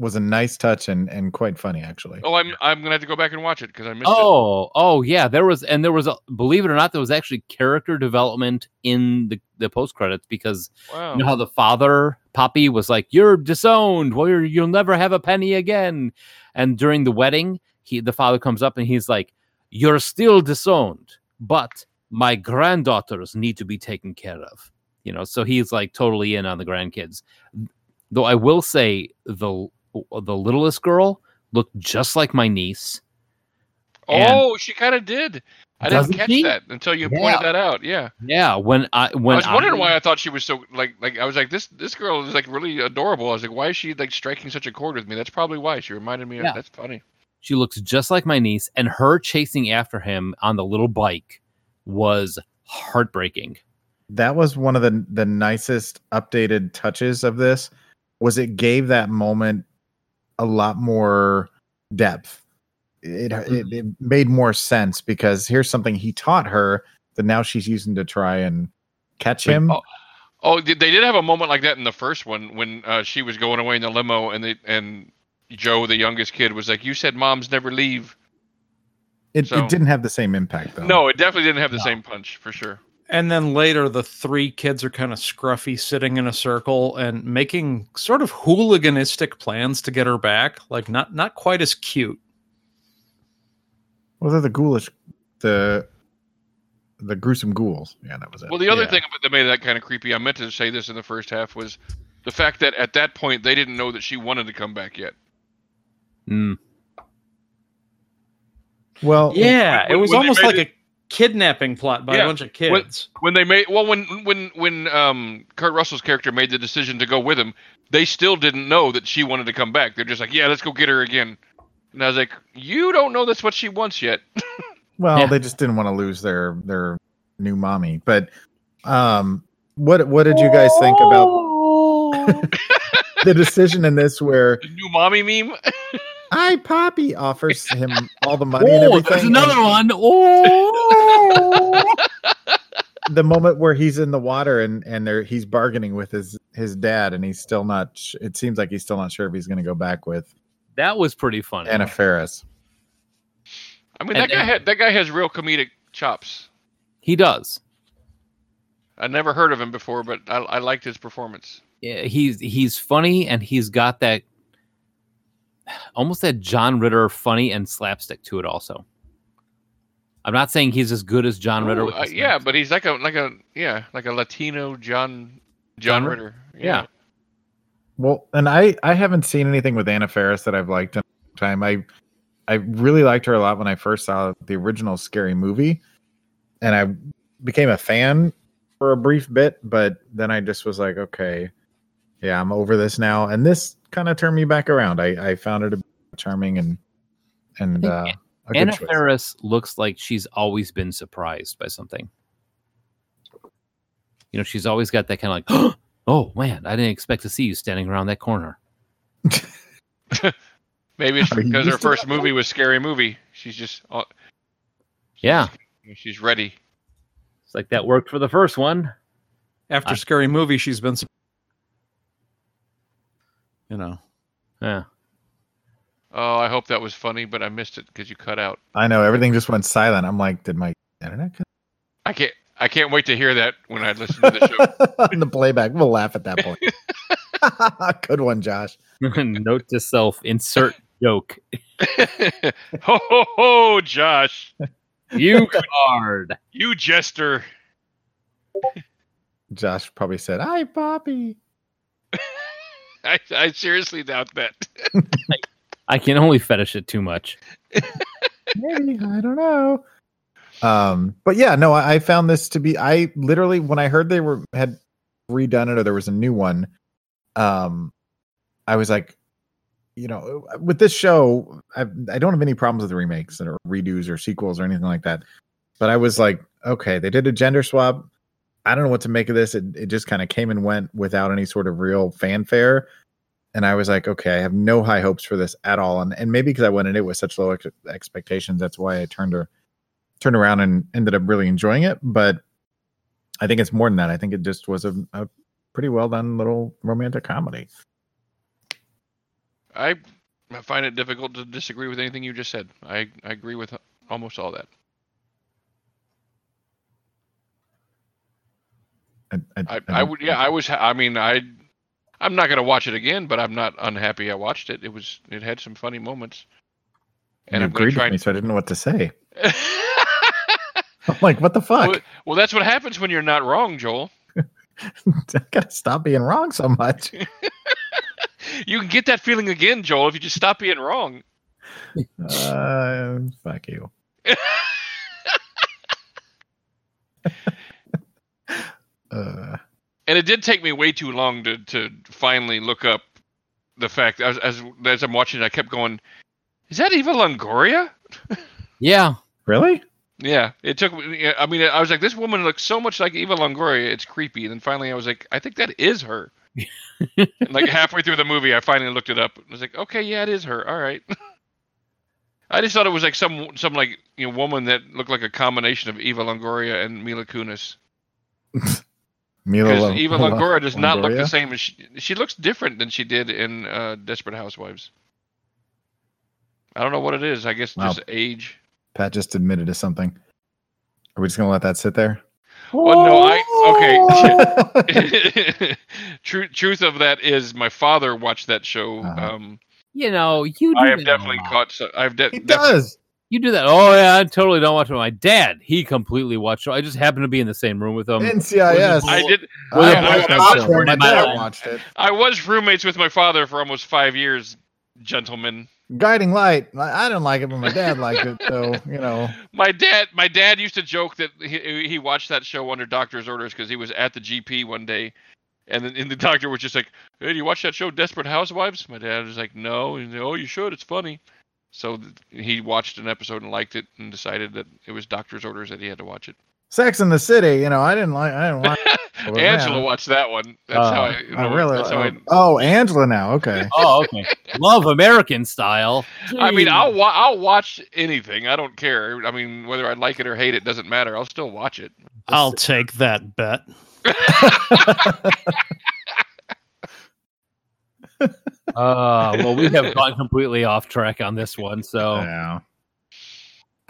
[SPEAKER 4] Was a nice touch and and quite funny actually.
[SPEAKER 3] Oh, I'm I'm gonna have to go back and watch it because I missed it.
[SPEAKER 2] Oh, oh yeah, there was, and there was, a, believe it or not, there was actually character development in the the post credits because
[SPEAKER 3] Wow.
[SPEAKER 2] you know how the father Poppy was like, "You're disowned. Well, you're, you'll never have a penny again." And during the wedding, he the father comes up and he's like, "You're still disowned, but my granddaughters need to be taken care of." You know, so he's like totally in on the grandkids. Though I will say the the littlest girl looked just like my niece.
[SPEAKER 3] oh, she kind of did. I didn't
[SPEAKER 2] Doesn't
[SPEAKER 3] catch
[SPEAKER 2] she?
[SPEAKER 3] that until you
[SPEAKER 2] Yeah.
[SPEAKER 3] pointed that out. Yeah.
[SPEAKER 2] Yeah, when I when
[SPEAKER 3] I was wondering why I thought she was so like like I was like this this girl is like really adorable. I was like, why is she like striking such a chord with me? That's probably why she reminded me.
[SPEAKER 2] Yeah.
[SPEAKER 3] of That's funny.
[SPEAKER 2] She looks just like my niece, and her chasing after him on the little bike was heartbreaking.
[SPEAKER 4] that was one of the the nicest updated touches of this was it gave that moment a lot more depth it,
[SPEAKER 3] Mm-hmm.
[SPEAKER 4] it, it made more sense because here's something he taught her that now she's using to try and catch him
[SPEAKER 3] oh. Oh, did- they did have a moment like that in the first one when uh, she was going away in the limo and they and Joe, the youngest kid, was like, "You said moms never leave."
[SPEAKER 4] it,
[SPEAKER 3] so-
[SPEAKER 4] it didn't have the same impact though
[SPEAKER 3] No, it definitely didn't have the same punch for sure.
[SPEAKER 5] And then later, the three kids are kind of scruffy, sitting in a circle and making sort of hooliganistic plans to get her back. Like not not quite as cute.
[SPEAKER 4] well they're the ghoulish the the gruesome ghouls yeah that was it
[SPEAKER 3] Well, the other
[SPEAKER 4] Yeah.
[SPEAKER 3] thing about- that made that kind of creepy, I meant to say this in the first half, was the fact that at that point they didn't know that she wanted to come back yet.
[SPEAKER 2] Mm.
[SPEAKER 5] Oh,
[SPEAKER 4] well
[SPEAKER 5] Yeah,
[SPEAKER 3] when-
[SPEAKER 5] it was
[SPEAKER 3] when they
[SPEAKER 5] almost
[SPEAKER 3] made
[SPEAKER 5] like a kidnapping plot by
[SPEAKER 3] Yeah,
[SPEAKER 5] a bunch of
[SPEAKER 3] when-
[SPEAKER 5] kids.
[SPEAKER 3] When they made well, when when when um Kurt Russell's character made the decision to go with him, they still didn't know that she wanted to come back. They're just like, yeah, let's go get her again. And I was like, you don't know that's what she wants yet.
[SPEAKER 4] Well,
[SPEAKER 2] Yeah.
[SPEAKER 4] they just didn't want to lose their their new mommy. But um what what did you guys think about the decision in this where
[SPEAKER 3] The new mommy meme.
[SPEAKER 4] I Poppy offers him all the money and
[SPEAKER 2] Oh,
[SPEAKER 4] everything?
[SPEAKER 2] there's another
[SPEAKER 4] and
[SPEAKER 2] one. Oh,
[SPEAKER 4] The moment where he's in the water and and there he's bargaining with his his dad and he's still not sh- it seems like he's still not sure if he's going to go back with
[SPEAKER 2] that was pretty funny.
[SPEAKER 4] Anna Ferris.
[SPEAKER 3] I mean,
[SPEAKER 2] And-
[SPEAKER 3] that guy
[SPEAKER 2] and-
[SPEAKER 3] had, that guy has real comedic chops.
[SPEAKER 2] He does.
[SPEAKER 3] I never heard of him before, but I, I liked his performance.
[SPEAKER 2] Yeah, He's he's funny, and he's got that almost that John Ritter funny and slapstick to it. Also, I'm not saying he's as good as John Ritter.
[SPEAKER 3] Ooh,
[SPEAKER 2] with
[SPEAKER 3] uh,
[SPEAKER 2] the
[SPEAKER 3] yeah,
[SPEAKER 2] slaps.
[SPEAKER 3] but he's like a like a yeah like a Latino John John,
[SPEAKER 2] John Ritter?
[SPEAKER 3] Ritter.
[SPEAKER 2] Yeah.
[SPEAKER 4] Well, and I I haven't seen anything with Anna Ferris that I've liked in a long time. I I really liked her a lot when I first saw the original Scary Movie, and I became a fan for a brief bit, but then I just was like, okay, yeah, I'm over this now. And this kind of turned me back around. I, I found it a bit charming and and
[SPEAKER 2] I
[SPEAKER 4] uh,
[SPEAKER 2] think
[SPEAKER 4] a good
[SPEAKER 2] Anna
[SPEAKER 4] choice.
[SPEAKER 2] Faris looks like she's always been surprised by something. You know, she's always got that kind of like, oh man, I didn't expect to see you standing around that corner.
[SPEAKER 3] Maybe it's
[SPEAKER 4] Are you
[SPEAKER 3] because her
[SPEAKER 4] used to
[SPEAKER 3] first
[SPEAKER 4] that
[SPEAKER 3] movie was Scary Movie. She's just uh,
[SPEAKER 2] Yeah,
[SPEAKER 3] she's ready.
[SPEAKER 2] it's like that worked for the first one.
[SPEAKER 5] After
[SPEAKER 2] I-
[SPEAKER 5] Scary Movie, she's been. sup- You know,
[SPEAKER 2] Yeah,
[SPEAKER 3] Oh, I hope that was funny, but I missed it because you cut out.
[SPEAKER 4] I know everything just went silent. I'm like, did my internet cut
[SPEAKER 3] I can't. I can't wait to hear that when I listen to the show.
[SPEAKER 4] on the playback? We'll laugh at that point. good one, Josh.
[SPEAKER 2] note to self: insert joke.
[SPEAKER 3] ho ho ho, Josh,
[SPEAKER 2] You card.
[SPEAKER 3] you jester.
[SPEAKER 4] Josh probably said, "Hi, Poppy."
[SPEAKER 3] I, I seriously doubt that.
[SPEAKER 2] I can only fetish it too much.
[SPEAKER 4] Maybe I don't know. Um, but yeah, no, I, I found this to be. I literally, when I heard they were had redone it or there was a new one, um, I was like, you know, with this show, I I don't have any problems with the remakes or redos or sequels or anything like that. But I was like, okay, they did a gender swap. I don't know what to make of this. It it just kind of came and went without any sort of real fanfare. And I was like, okay, I have no high hopes for this at all. And and maybe because I went in it with such low ex- expectations, that's why I turned her turned around and ended up really enjoying it. But I think it's more than that. I think it just was a, a pretty well done little romantic comedy.
[SPEAKER 3] I I find it difficult to disagree with anything you just said. I, I agree with almost all that.
[SPEAKER 4] I,
[SPEAKER 3] I, I would yeah I was ha- I mean I I'm not gonna watch it again but I'm not unhappy I watched it it was it had some funny moments and
[SPEAKER 4] you
[SPEAKER 3] I'm gonna
[SPEAKER 4] agreed
[SPEAKER 3] try
[SPEAKER 4] with me,
[SPEAKER 3] and
[SPEAKER 4] so I didn't know what to say. I'm like, what the fuck?
[SPEAKER 3] well, well that's what happens when you're not wrong Joel
[SPEAKER 4] I gotta stop being wrong so much.
[SPEAKER 3] you can get that feeling again Joel if you just stop being wrong
[SPEAKER 4] Uh, fuck you. uh,
[SPEAKER 3] and it did take me way too long to to finally look up the fact as as, as I'm watching it I kept going is that Eva Longoria
[SPEAKER 2] Yeah,
[SPEAKER 4] really?
[SPEAKER 3] Yeah, it took. me- yeah, I mean, I was like, this woman looks so much like Eva Longoria. It's creepy. And then finally, I was like, I think that is her. and like halfway through the movie, I finally looked it up. I was like, okay, yeah, it is her. All right. I just thought it was like some some like you know woman that looked like a combination of Eva Longoria and Mila Kunis.
[SPEAKER 4] Mila
[SPEAKER 3] Because
[SPEAKER 4] Lo-
[SPEAKER 3] Eva
[SPEAKER 4] Lo-
[SPEAKER 3] Longoria does not look the
[SPEAKER 4] Longoria?
[SPEAKER 3] same as she, she looks different than she did in uh, Desperate Housewives. I don't know what it is. I guess
[SPEAKER 4] Wow.
[SPEAKER 3] just age.
[SPEAKER 4] Pat just admitted to something. Are we just gonna let that sit there?
[SPEAKER 3] Well, Oh, no, I okay. truth, truth of that is, my father watched that show.
[SPEAKER 4] Uh-huh.
[SPEAKER 3] Um,
[SPEAKER 2] you know you. Do
[SPEAKER 3] I have
[SPEAKER 2] that a
[SPEAKER 3] definitely
[SPEAKER 2] lot.
[SPEAKER 3] caught. So, I've de-
[SPEAKER 4] he
[SPEAKER 3] definitely-
[SPEAKER 4] does.
[SPEAKER 2] You do that. Oh yeah, I totally don't watch it. My dad, he completely watched it. I just happened to be in the same room with him.
[SPEAKER 4] NCIS.
[SPEAKER 3] Um, I did.
[SPEAKER 4] I
[SPEAKER 2] I-
[SPEAKER 4] don't
[SPEAKER 2] I-
[SPEAKER 4] like
[SPEAKER 2] I-
[SPEAKER 4] that
[SPEAKER 2] I-
[SPEAKER 4] show. My
[SPEAKER 2] I-
[SPEAKER 4] dad
[SPEAKER 2] I-
[SPEAKER 4] watched it.
[SPEAKER 3] I was roommates with my father for almost five years, gentlemen.
[SPEAKER 4] Guiding Light. I, I didn't like it, but my dad liked it. So you know,
[SPEAKER 3] My dad, my dad used to joke that he, he watched that show under doctor's orders because he was at the GP one day, and then and the doctor was just like, "Hey, do you watch that show, Desperate Housewives?" My dad was like, "No," and he's like, "Oh, you should. It's funny." So th- he watched an episode and liked it, and decided that it was doctor's orders that he had to watch it.
[SPEAKER 4] Sex in the City. You know, I didn't like. I didn't like. Well, yeah. Uh,
[SPEAKER 3] Angela watched that one. That's how I.
[SPEAKER 4] I really.
[SPEAKER 3] that's how I,
[SPEAKER 4] oh, Angela now. Okay.
[SPEAKER 2] Oh, okay. Love American style.
[SPEAKER 3] I mean,
[SPEAKER 2] Jeez.
[SPEAKER 3] I'll wa- I'll watch anything. I don't care. I mean, whether I like it or hate it doesn't matter. I'll still watch it.
[SPEAKER 7] I'll take that bet.
[SPEAKER 2] Uh, well, we have gone completely off track on this one.
[SPEAKER 3] Oh.
[SPEAKER 2] So
[SPEAKER 4] Yeah.
[SPEAKER 3] I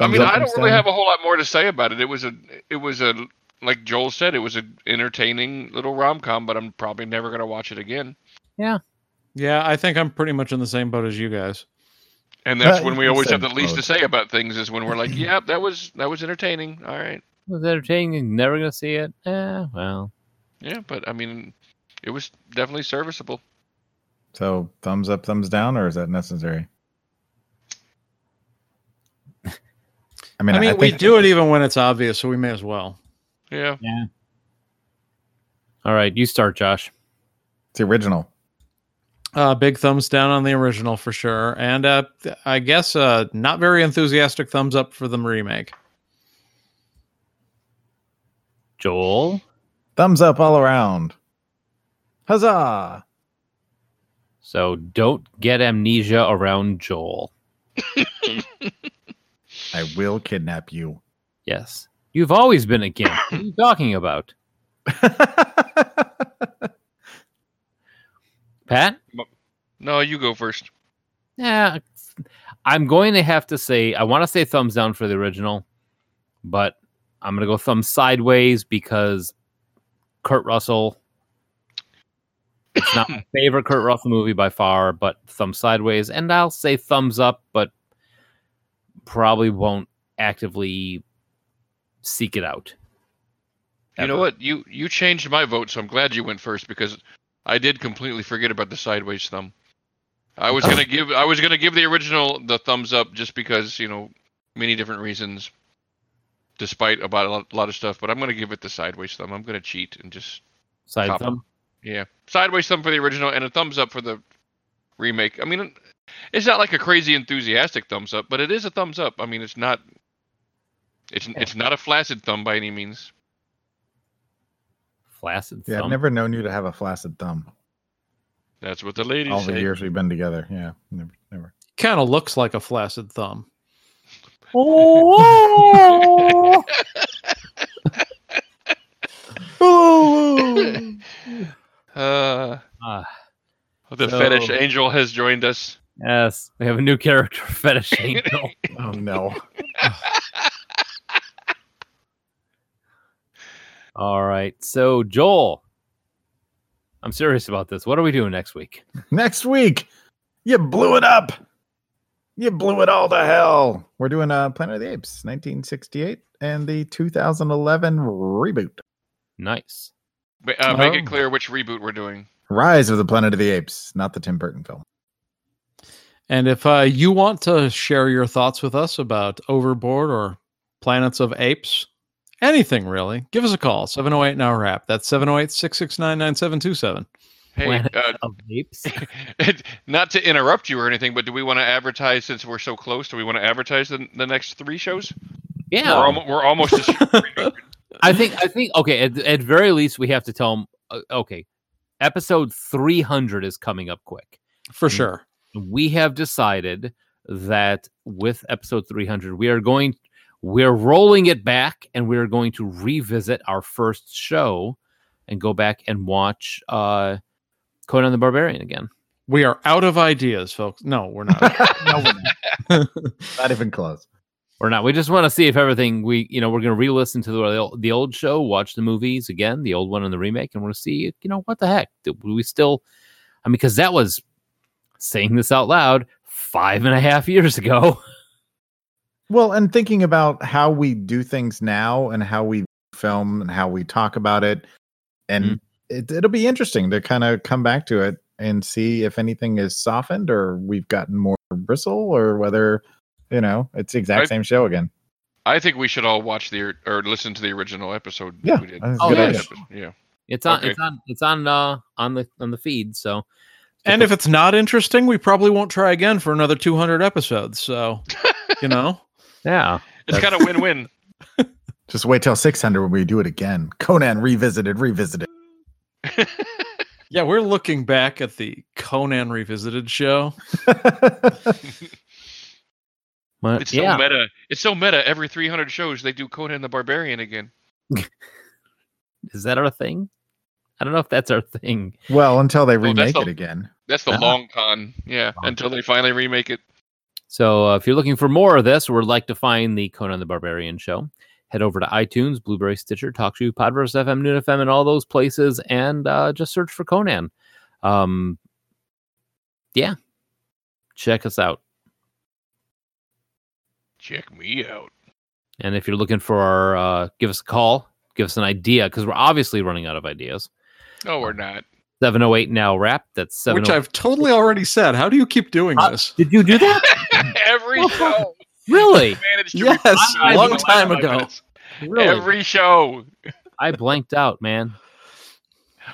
[SPEAKER 4] Thumbs
[SPEAKER 3] mean,
[SPEAKER 4] up,
[SPEAKER 3] I don't
[SPEAKER 4] thumbs
[SPEAKER 3] really
[SPEAKER 4] down?
[SPEAKER 3] have a whole lot more to say about it. It was a, it was a, like Joel said, it was an entertaining little rom com, but I'm probably never gonna watch it again.
[SPEAKER 5] yeah, I think I'm pretty much in the same boat as you guys.
[SPEAKER 3] And that's
[SPEAKER 4] Uh,
[SPEAKER 3] when we
[SPEAKER 4] you
[SPEAKER 3] always
[SPEAKER 4] said
[SPEAKER 3] have the least to
[SPEAKER 4] both.
[SPEAKER 3] say about things is when we're like, "Yep, that was that was entertaining. All right,
[SPEAKER 2] it was entertaining. Never gonna see it. Eh, well,
[SPEAKER 3] yeah." But I mean, it was definitely serviceable.
[SPEAKER 4] So thumbs up, thumbs down, or is that necessary? I mean,
[SPEAKER 5] I mean, we
[SPEAKER 4] think-
[SPEAKER 5] do it even when it's obvious, so we may as well.
[SPEAKER 3] Yeah.
[SPEAKER 2] All right, you start, Josh.
[SPEAKER 4] It's the original.
[SPEAKER 5] Uh, big thumbs down on the original for sure, and uh, th- I guess uh, not very enthusiastic thumbs up for the remake.
[SPEAKER 2] Joel.
[SPEAKER 4] Thumbs up all around. Huzzah!
[SPEAKER 2] So don't get amnesia around Joel.
[SPEAKER 4] I will kidnap you.
[SPEAKER 2] Yes. You've always been a gimp. what are you talking about? Pat?
[SPEAKER 3] No, you go first.
[SPEAKER 2] Yeah. I'm going to have to say, I want to say thumbs down for the original, but I'm going to go thumbs sideways because Kurt Russell. It's not my favorite Kurt Russell movie by far, but thumbs sideways. And I'll say thumbs up, but probably won't actively seek it out.
[SPEAKER 3] You know
[SPEAKER 2] Ever.
[SPEAKER 3] what? You you changed my vote, so I'm glad you went first because I did completely forget about the sideways thumb. I was gonna give I was gonna give the original the thumbs up just because you know many different reasons, despite about a lot, lot of stuff. But I'm gonna give it the sideways thumb. I'm gonna cheat and just
[SPEAKER 2] Side
[SPEAKER 3] Top.
[SPEAKER 2] thumb.
[SPEAKER 3] yeah sideways thumb for the original and a thumbs up for the remake. I mean, it's not like a crazy enthusiastic thumbs up, but it is a thumbs up. I mean, it's not it's it's not a flaccid thumb by any means.
[SPEAKER 2] Flaccid
[SPEAKER 4] yeah, I've
[SPEAKER 2] thumb.
[SPEAKER 4] never known you to have a flaccid thumb.
[SPEAKER 3] That's what the ladies
[SPEAKER 4] All
[SPEAKER 3] say.
[SPEAKER 4] the years we've been together. Yeah, never, never.
[SPEAKER 5] Kind of looks like a flaccid thumb.
[SPEAKER 2] Oh,
[SPEAKER 3] Uh,
[SPEAKER 2] Ah,
[SPEAKER 3] the
[SPEAKER 5] So-
[SPEAKER 3] fetish angel has joined us.
[SPEAKER 2] yes, we have a new character, Fetish Angel.
[SPEAKER 4] Oh no!
[SPEAKER 2] All right, so Joel, I'm serious about this. What are we doing next week?
[SPEAKER 4] Next week, you blew it up. You blew it all to hell. We're doing uh, Planet of the Apes, 1968, and the 2011 reboot,
[SPEAKER 2] Nice.
[SPEAKER 3] Ma- Uh, make
[SPEAKER 5] Oh.
[SPEAKER 3] it clear which reboot we're doing.
[SPEAKER 4] Rise of the Planet of the Apes, not the Tim Burton film.
[SPEAKER 5] And if uh, you want to share your thoughts with us about Overboard or Planets of Apes, anything really, give us a call 708 Now Rap. That's 708 669 9727.
[SPEAKER 3] Hey,
[SPEAKER 2] Planet
[SPEAKER 3] uh,
[SPEAKER 2] of the Apes.
[SPEAKER 3] not to interrupt you or anything, but do we want to advertise since we're so close? Do we want to advertise the, the next three shows?
[SPEAKER 2] Yeah,
[SPEAKER 3] We're, almo- we're almost. a sh-
[SPEAKER 2] I think I think okay. At, at very least, we have to tell them. okay, episode 300 is coming up quick.
[SPEAKER 5] For sure.
[SPEAKER 2] we have decided that with episode 300 we are going we're rolling it back and we're going to revisit our first show and go back and watch uh conan the barbarian again
[SPEAKER 5] We are out of ideas, folks. No, we're not.
[SPEAKER 4] No, we're not. not even close.
[SPEAKER 2] or not we just want to see if everything we you know we're going to re-listen to the, the old show watch the movies again the old one and the remake and we're going to see you know what the heck did we still i mean because that was saying this out loud five and a half years ago
[SPEAKER 4] Well, and thinking about how we do things now and how we film and how we talk about it, and
[SPEAKER 2] Mhm.
[SPEAKER 4] it, it'll be interesting to kind of come back to it and see if anything is softened or we've gotten more bristle or whether you know it's the exact
[SPEAKER 3] I-
[SPEAKER 4] same show again.
[SPEAKER 3] I think we should all watch the or- or listen to the original episode.
[SPEAKER 4] Yeah,
[SPEAKER 3] we did.
[SPEAKER 4] I think it's a
[SPEAKER 2] Oh,
[SPEAKER 4] good
[SPEAKER 2] yeah.
[SPEAKER 4] idea.
[SPEAKER 3] Yeah.
[SPEAKER 2] It's on.
[SPEAKER 3] Okay.
[SPEAKER 2] It's on. It's on. Uh, on the on the feed. So
[SPEAKER 5] and if it's not interesting, we probably won't try again for another 200 episodes. So, you know,
[SPEAKER 2] yeah,
[SPEAKER 3] It's kind of win-win.
[SPEAKER 4] Just wait till six hundred when we do it again. Conan revisited, revisited.
[SPEAKER 5] yeah, we're looking back at the Conan Revisited show.
[SPEAKER 2] but,
[SPEAKER 3] It's so
[SPEAKER 2] Uh, yeah.
[SPEAKER 3] meta. It's so meta. Every 300 shows, they do Conan the Barbarian again.
[SPEAKER 2] Is that our thing? I don't know if that's our thing.
[SPEAKER 4] well, until they
[SPEAKER 3] that's
[SPEAKER 4] remake
[SPEAKER 3] the-
[SPEAKER 4] it again.
[SPEAKER 3] That's the
[SPEAKER 2] Uh-huh.
[SPEAKER 4] Ah.
[SPEAKER 3] long con. Yeah, until they finally remake it.
[SPEAKER 2] So uh, if you're looking for more of this, or would like to find the Conan the Barbarian show, head over to iTunes, Blueberry, Stitcher, TalkShoe, Podverse FM, Noon FM, and all those places, and uh, just search for Conan. Um, yeah, check us out.
[SPEAKER 3] Check me out.
[SPEAKER 2] And if you're looking for our, uh, give us a call, give us an idea, because we're obviously running out of ideas.
[SPEAKER 3] No, we're not.
[SPEAKER 2] 708 now wrap. That's 708.
[SPEAKER 5] Which I've totally already said. How do you keep doing
[SPEAKER 2] Uh,
[SPEAKER 5] this?
[SPEAKER 2] Did you do that?
[SPEAKER 3] Every show.
[SPEAKER 2] Really?
[SPEAKER 3] managed to
[SPEAKER 5] Yes,
[SPEAKER 3] replenish
[SPEAKER 5] a long
[SPEAKER 3] the last
[SPEAKER 5] time
[SPEAKER 3] five
[SPEAKER 5] ago.
[SPEAKER 3] minutes.
[SPEAKER 2] Really?
[SPEAKER 3] Every show.
[SPEAKER 2] I blanked out, man.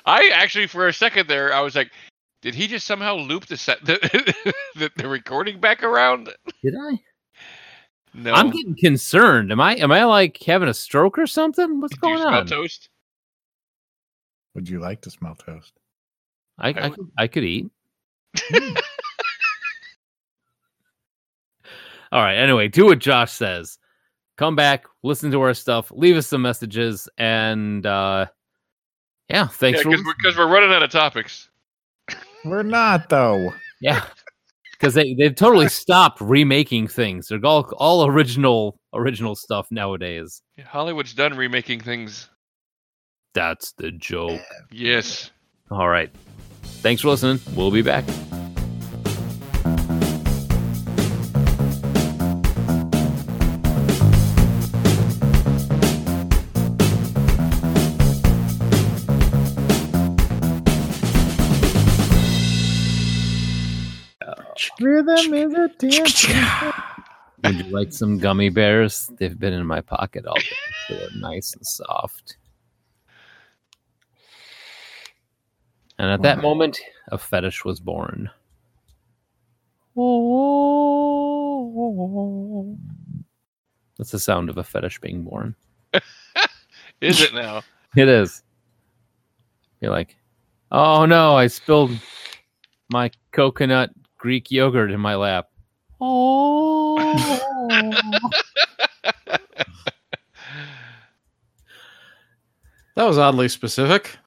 [SPEAKER 3] I actually, for a second there, I was like, did he just somehow loop the set, the, the, the recording back around?
[SPEAKER 2] Did I?
[SPEAKER 3] No.
[SPEAKER 2] I'm getting concerned. Am I? Am I like having a stroke or something? What's
[SPEAKER 3] Do you
[SPEAKER 2] going
[SPEAKER 3] smell
[SPEAKER 2] on?
[SPEAKER 3] toast?
[SPEAKER 4] Would you like to smell toast?
[SPEAKER 2] I,
[SPEAKER 3] I
[SPEAKER 2] I, could, I could eat. All right. Anyway, do what Josh says. Come back, listen to our stuff, leave us some messages, and uh yeah, thanks for
[SPEAKER 3] because
[SPEAKER 2] listening.
[SPEAKER 3] we're, 'cause we're running out of topics.
[SPEAKER 4] We're not though.
[SPEAKER 2] yeah. Because they they've totally stopped remaking things. They're all all original original stuff nowadays.
[SPEAKER 3] Hollywood's done remaking things.
[SPEAKER 2] That's the joke.
[SPEAKER 3] Yes.
[SPEAKER 2] All right. Thanks for listening. We'll be back.
[SPEAKER 4] Rhythm is a dance.
[SPEAKER 2] Would you like some gummy bears? They've been in my pocket all day. They're nice and soft. And at that moment, a fetish was born. That's the sound of a fetish being born.
[SPEAKER 3] Is it now?
[SPEAKER 2] It is. You're like, oh no, I spilled my coconut Greek yogurt in my lap.
[SPEAKER 5] That was oddly specific.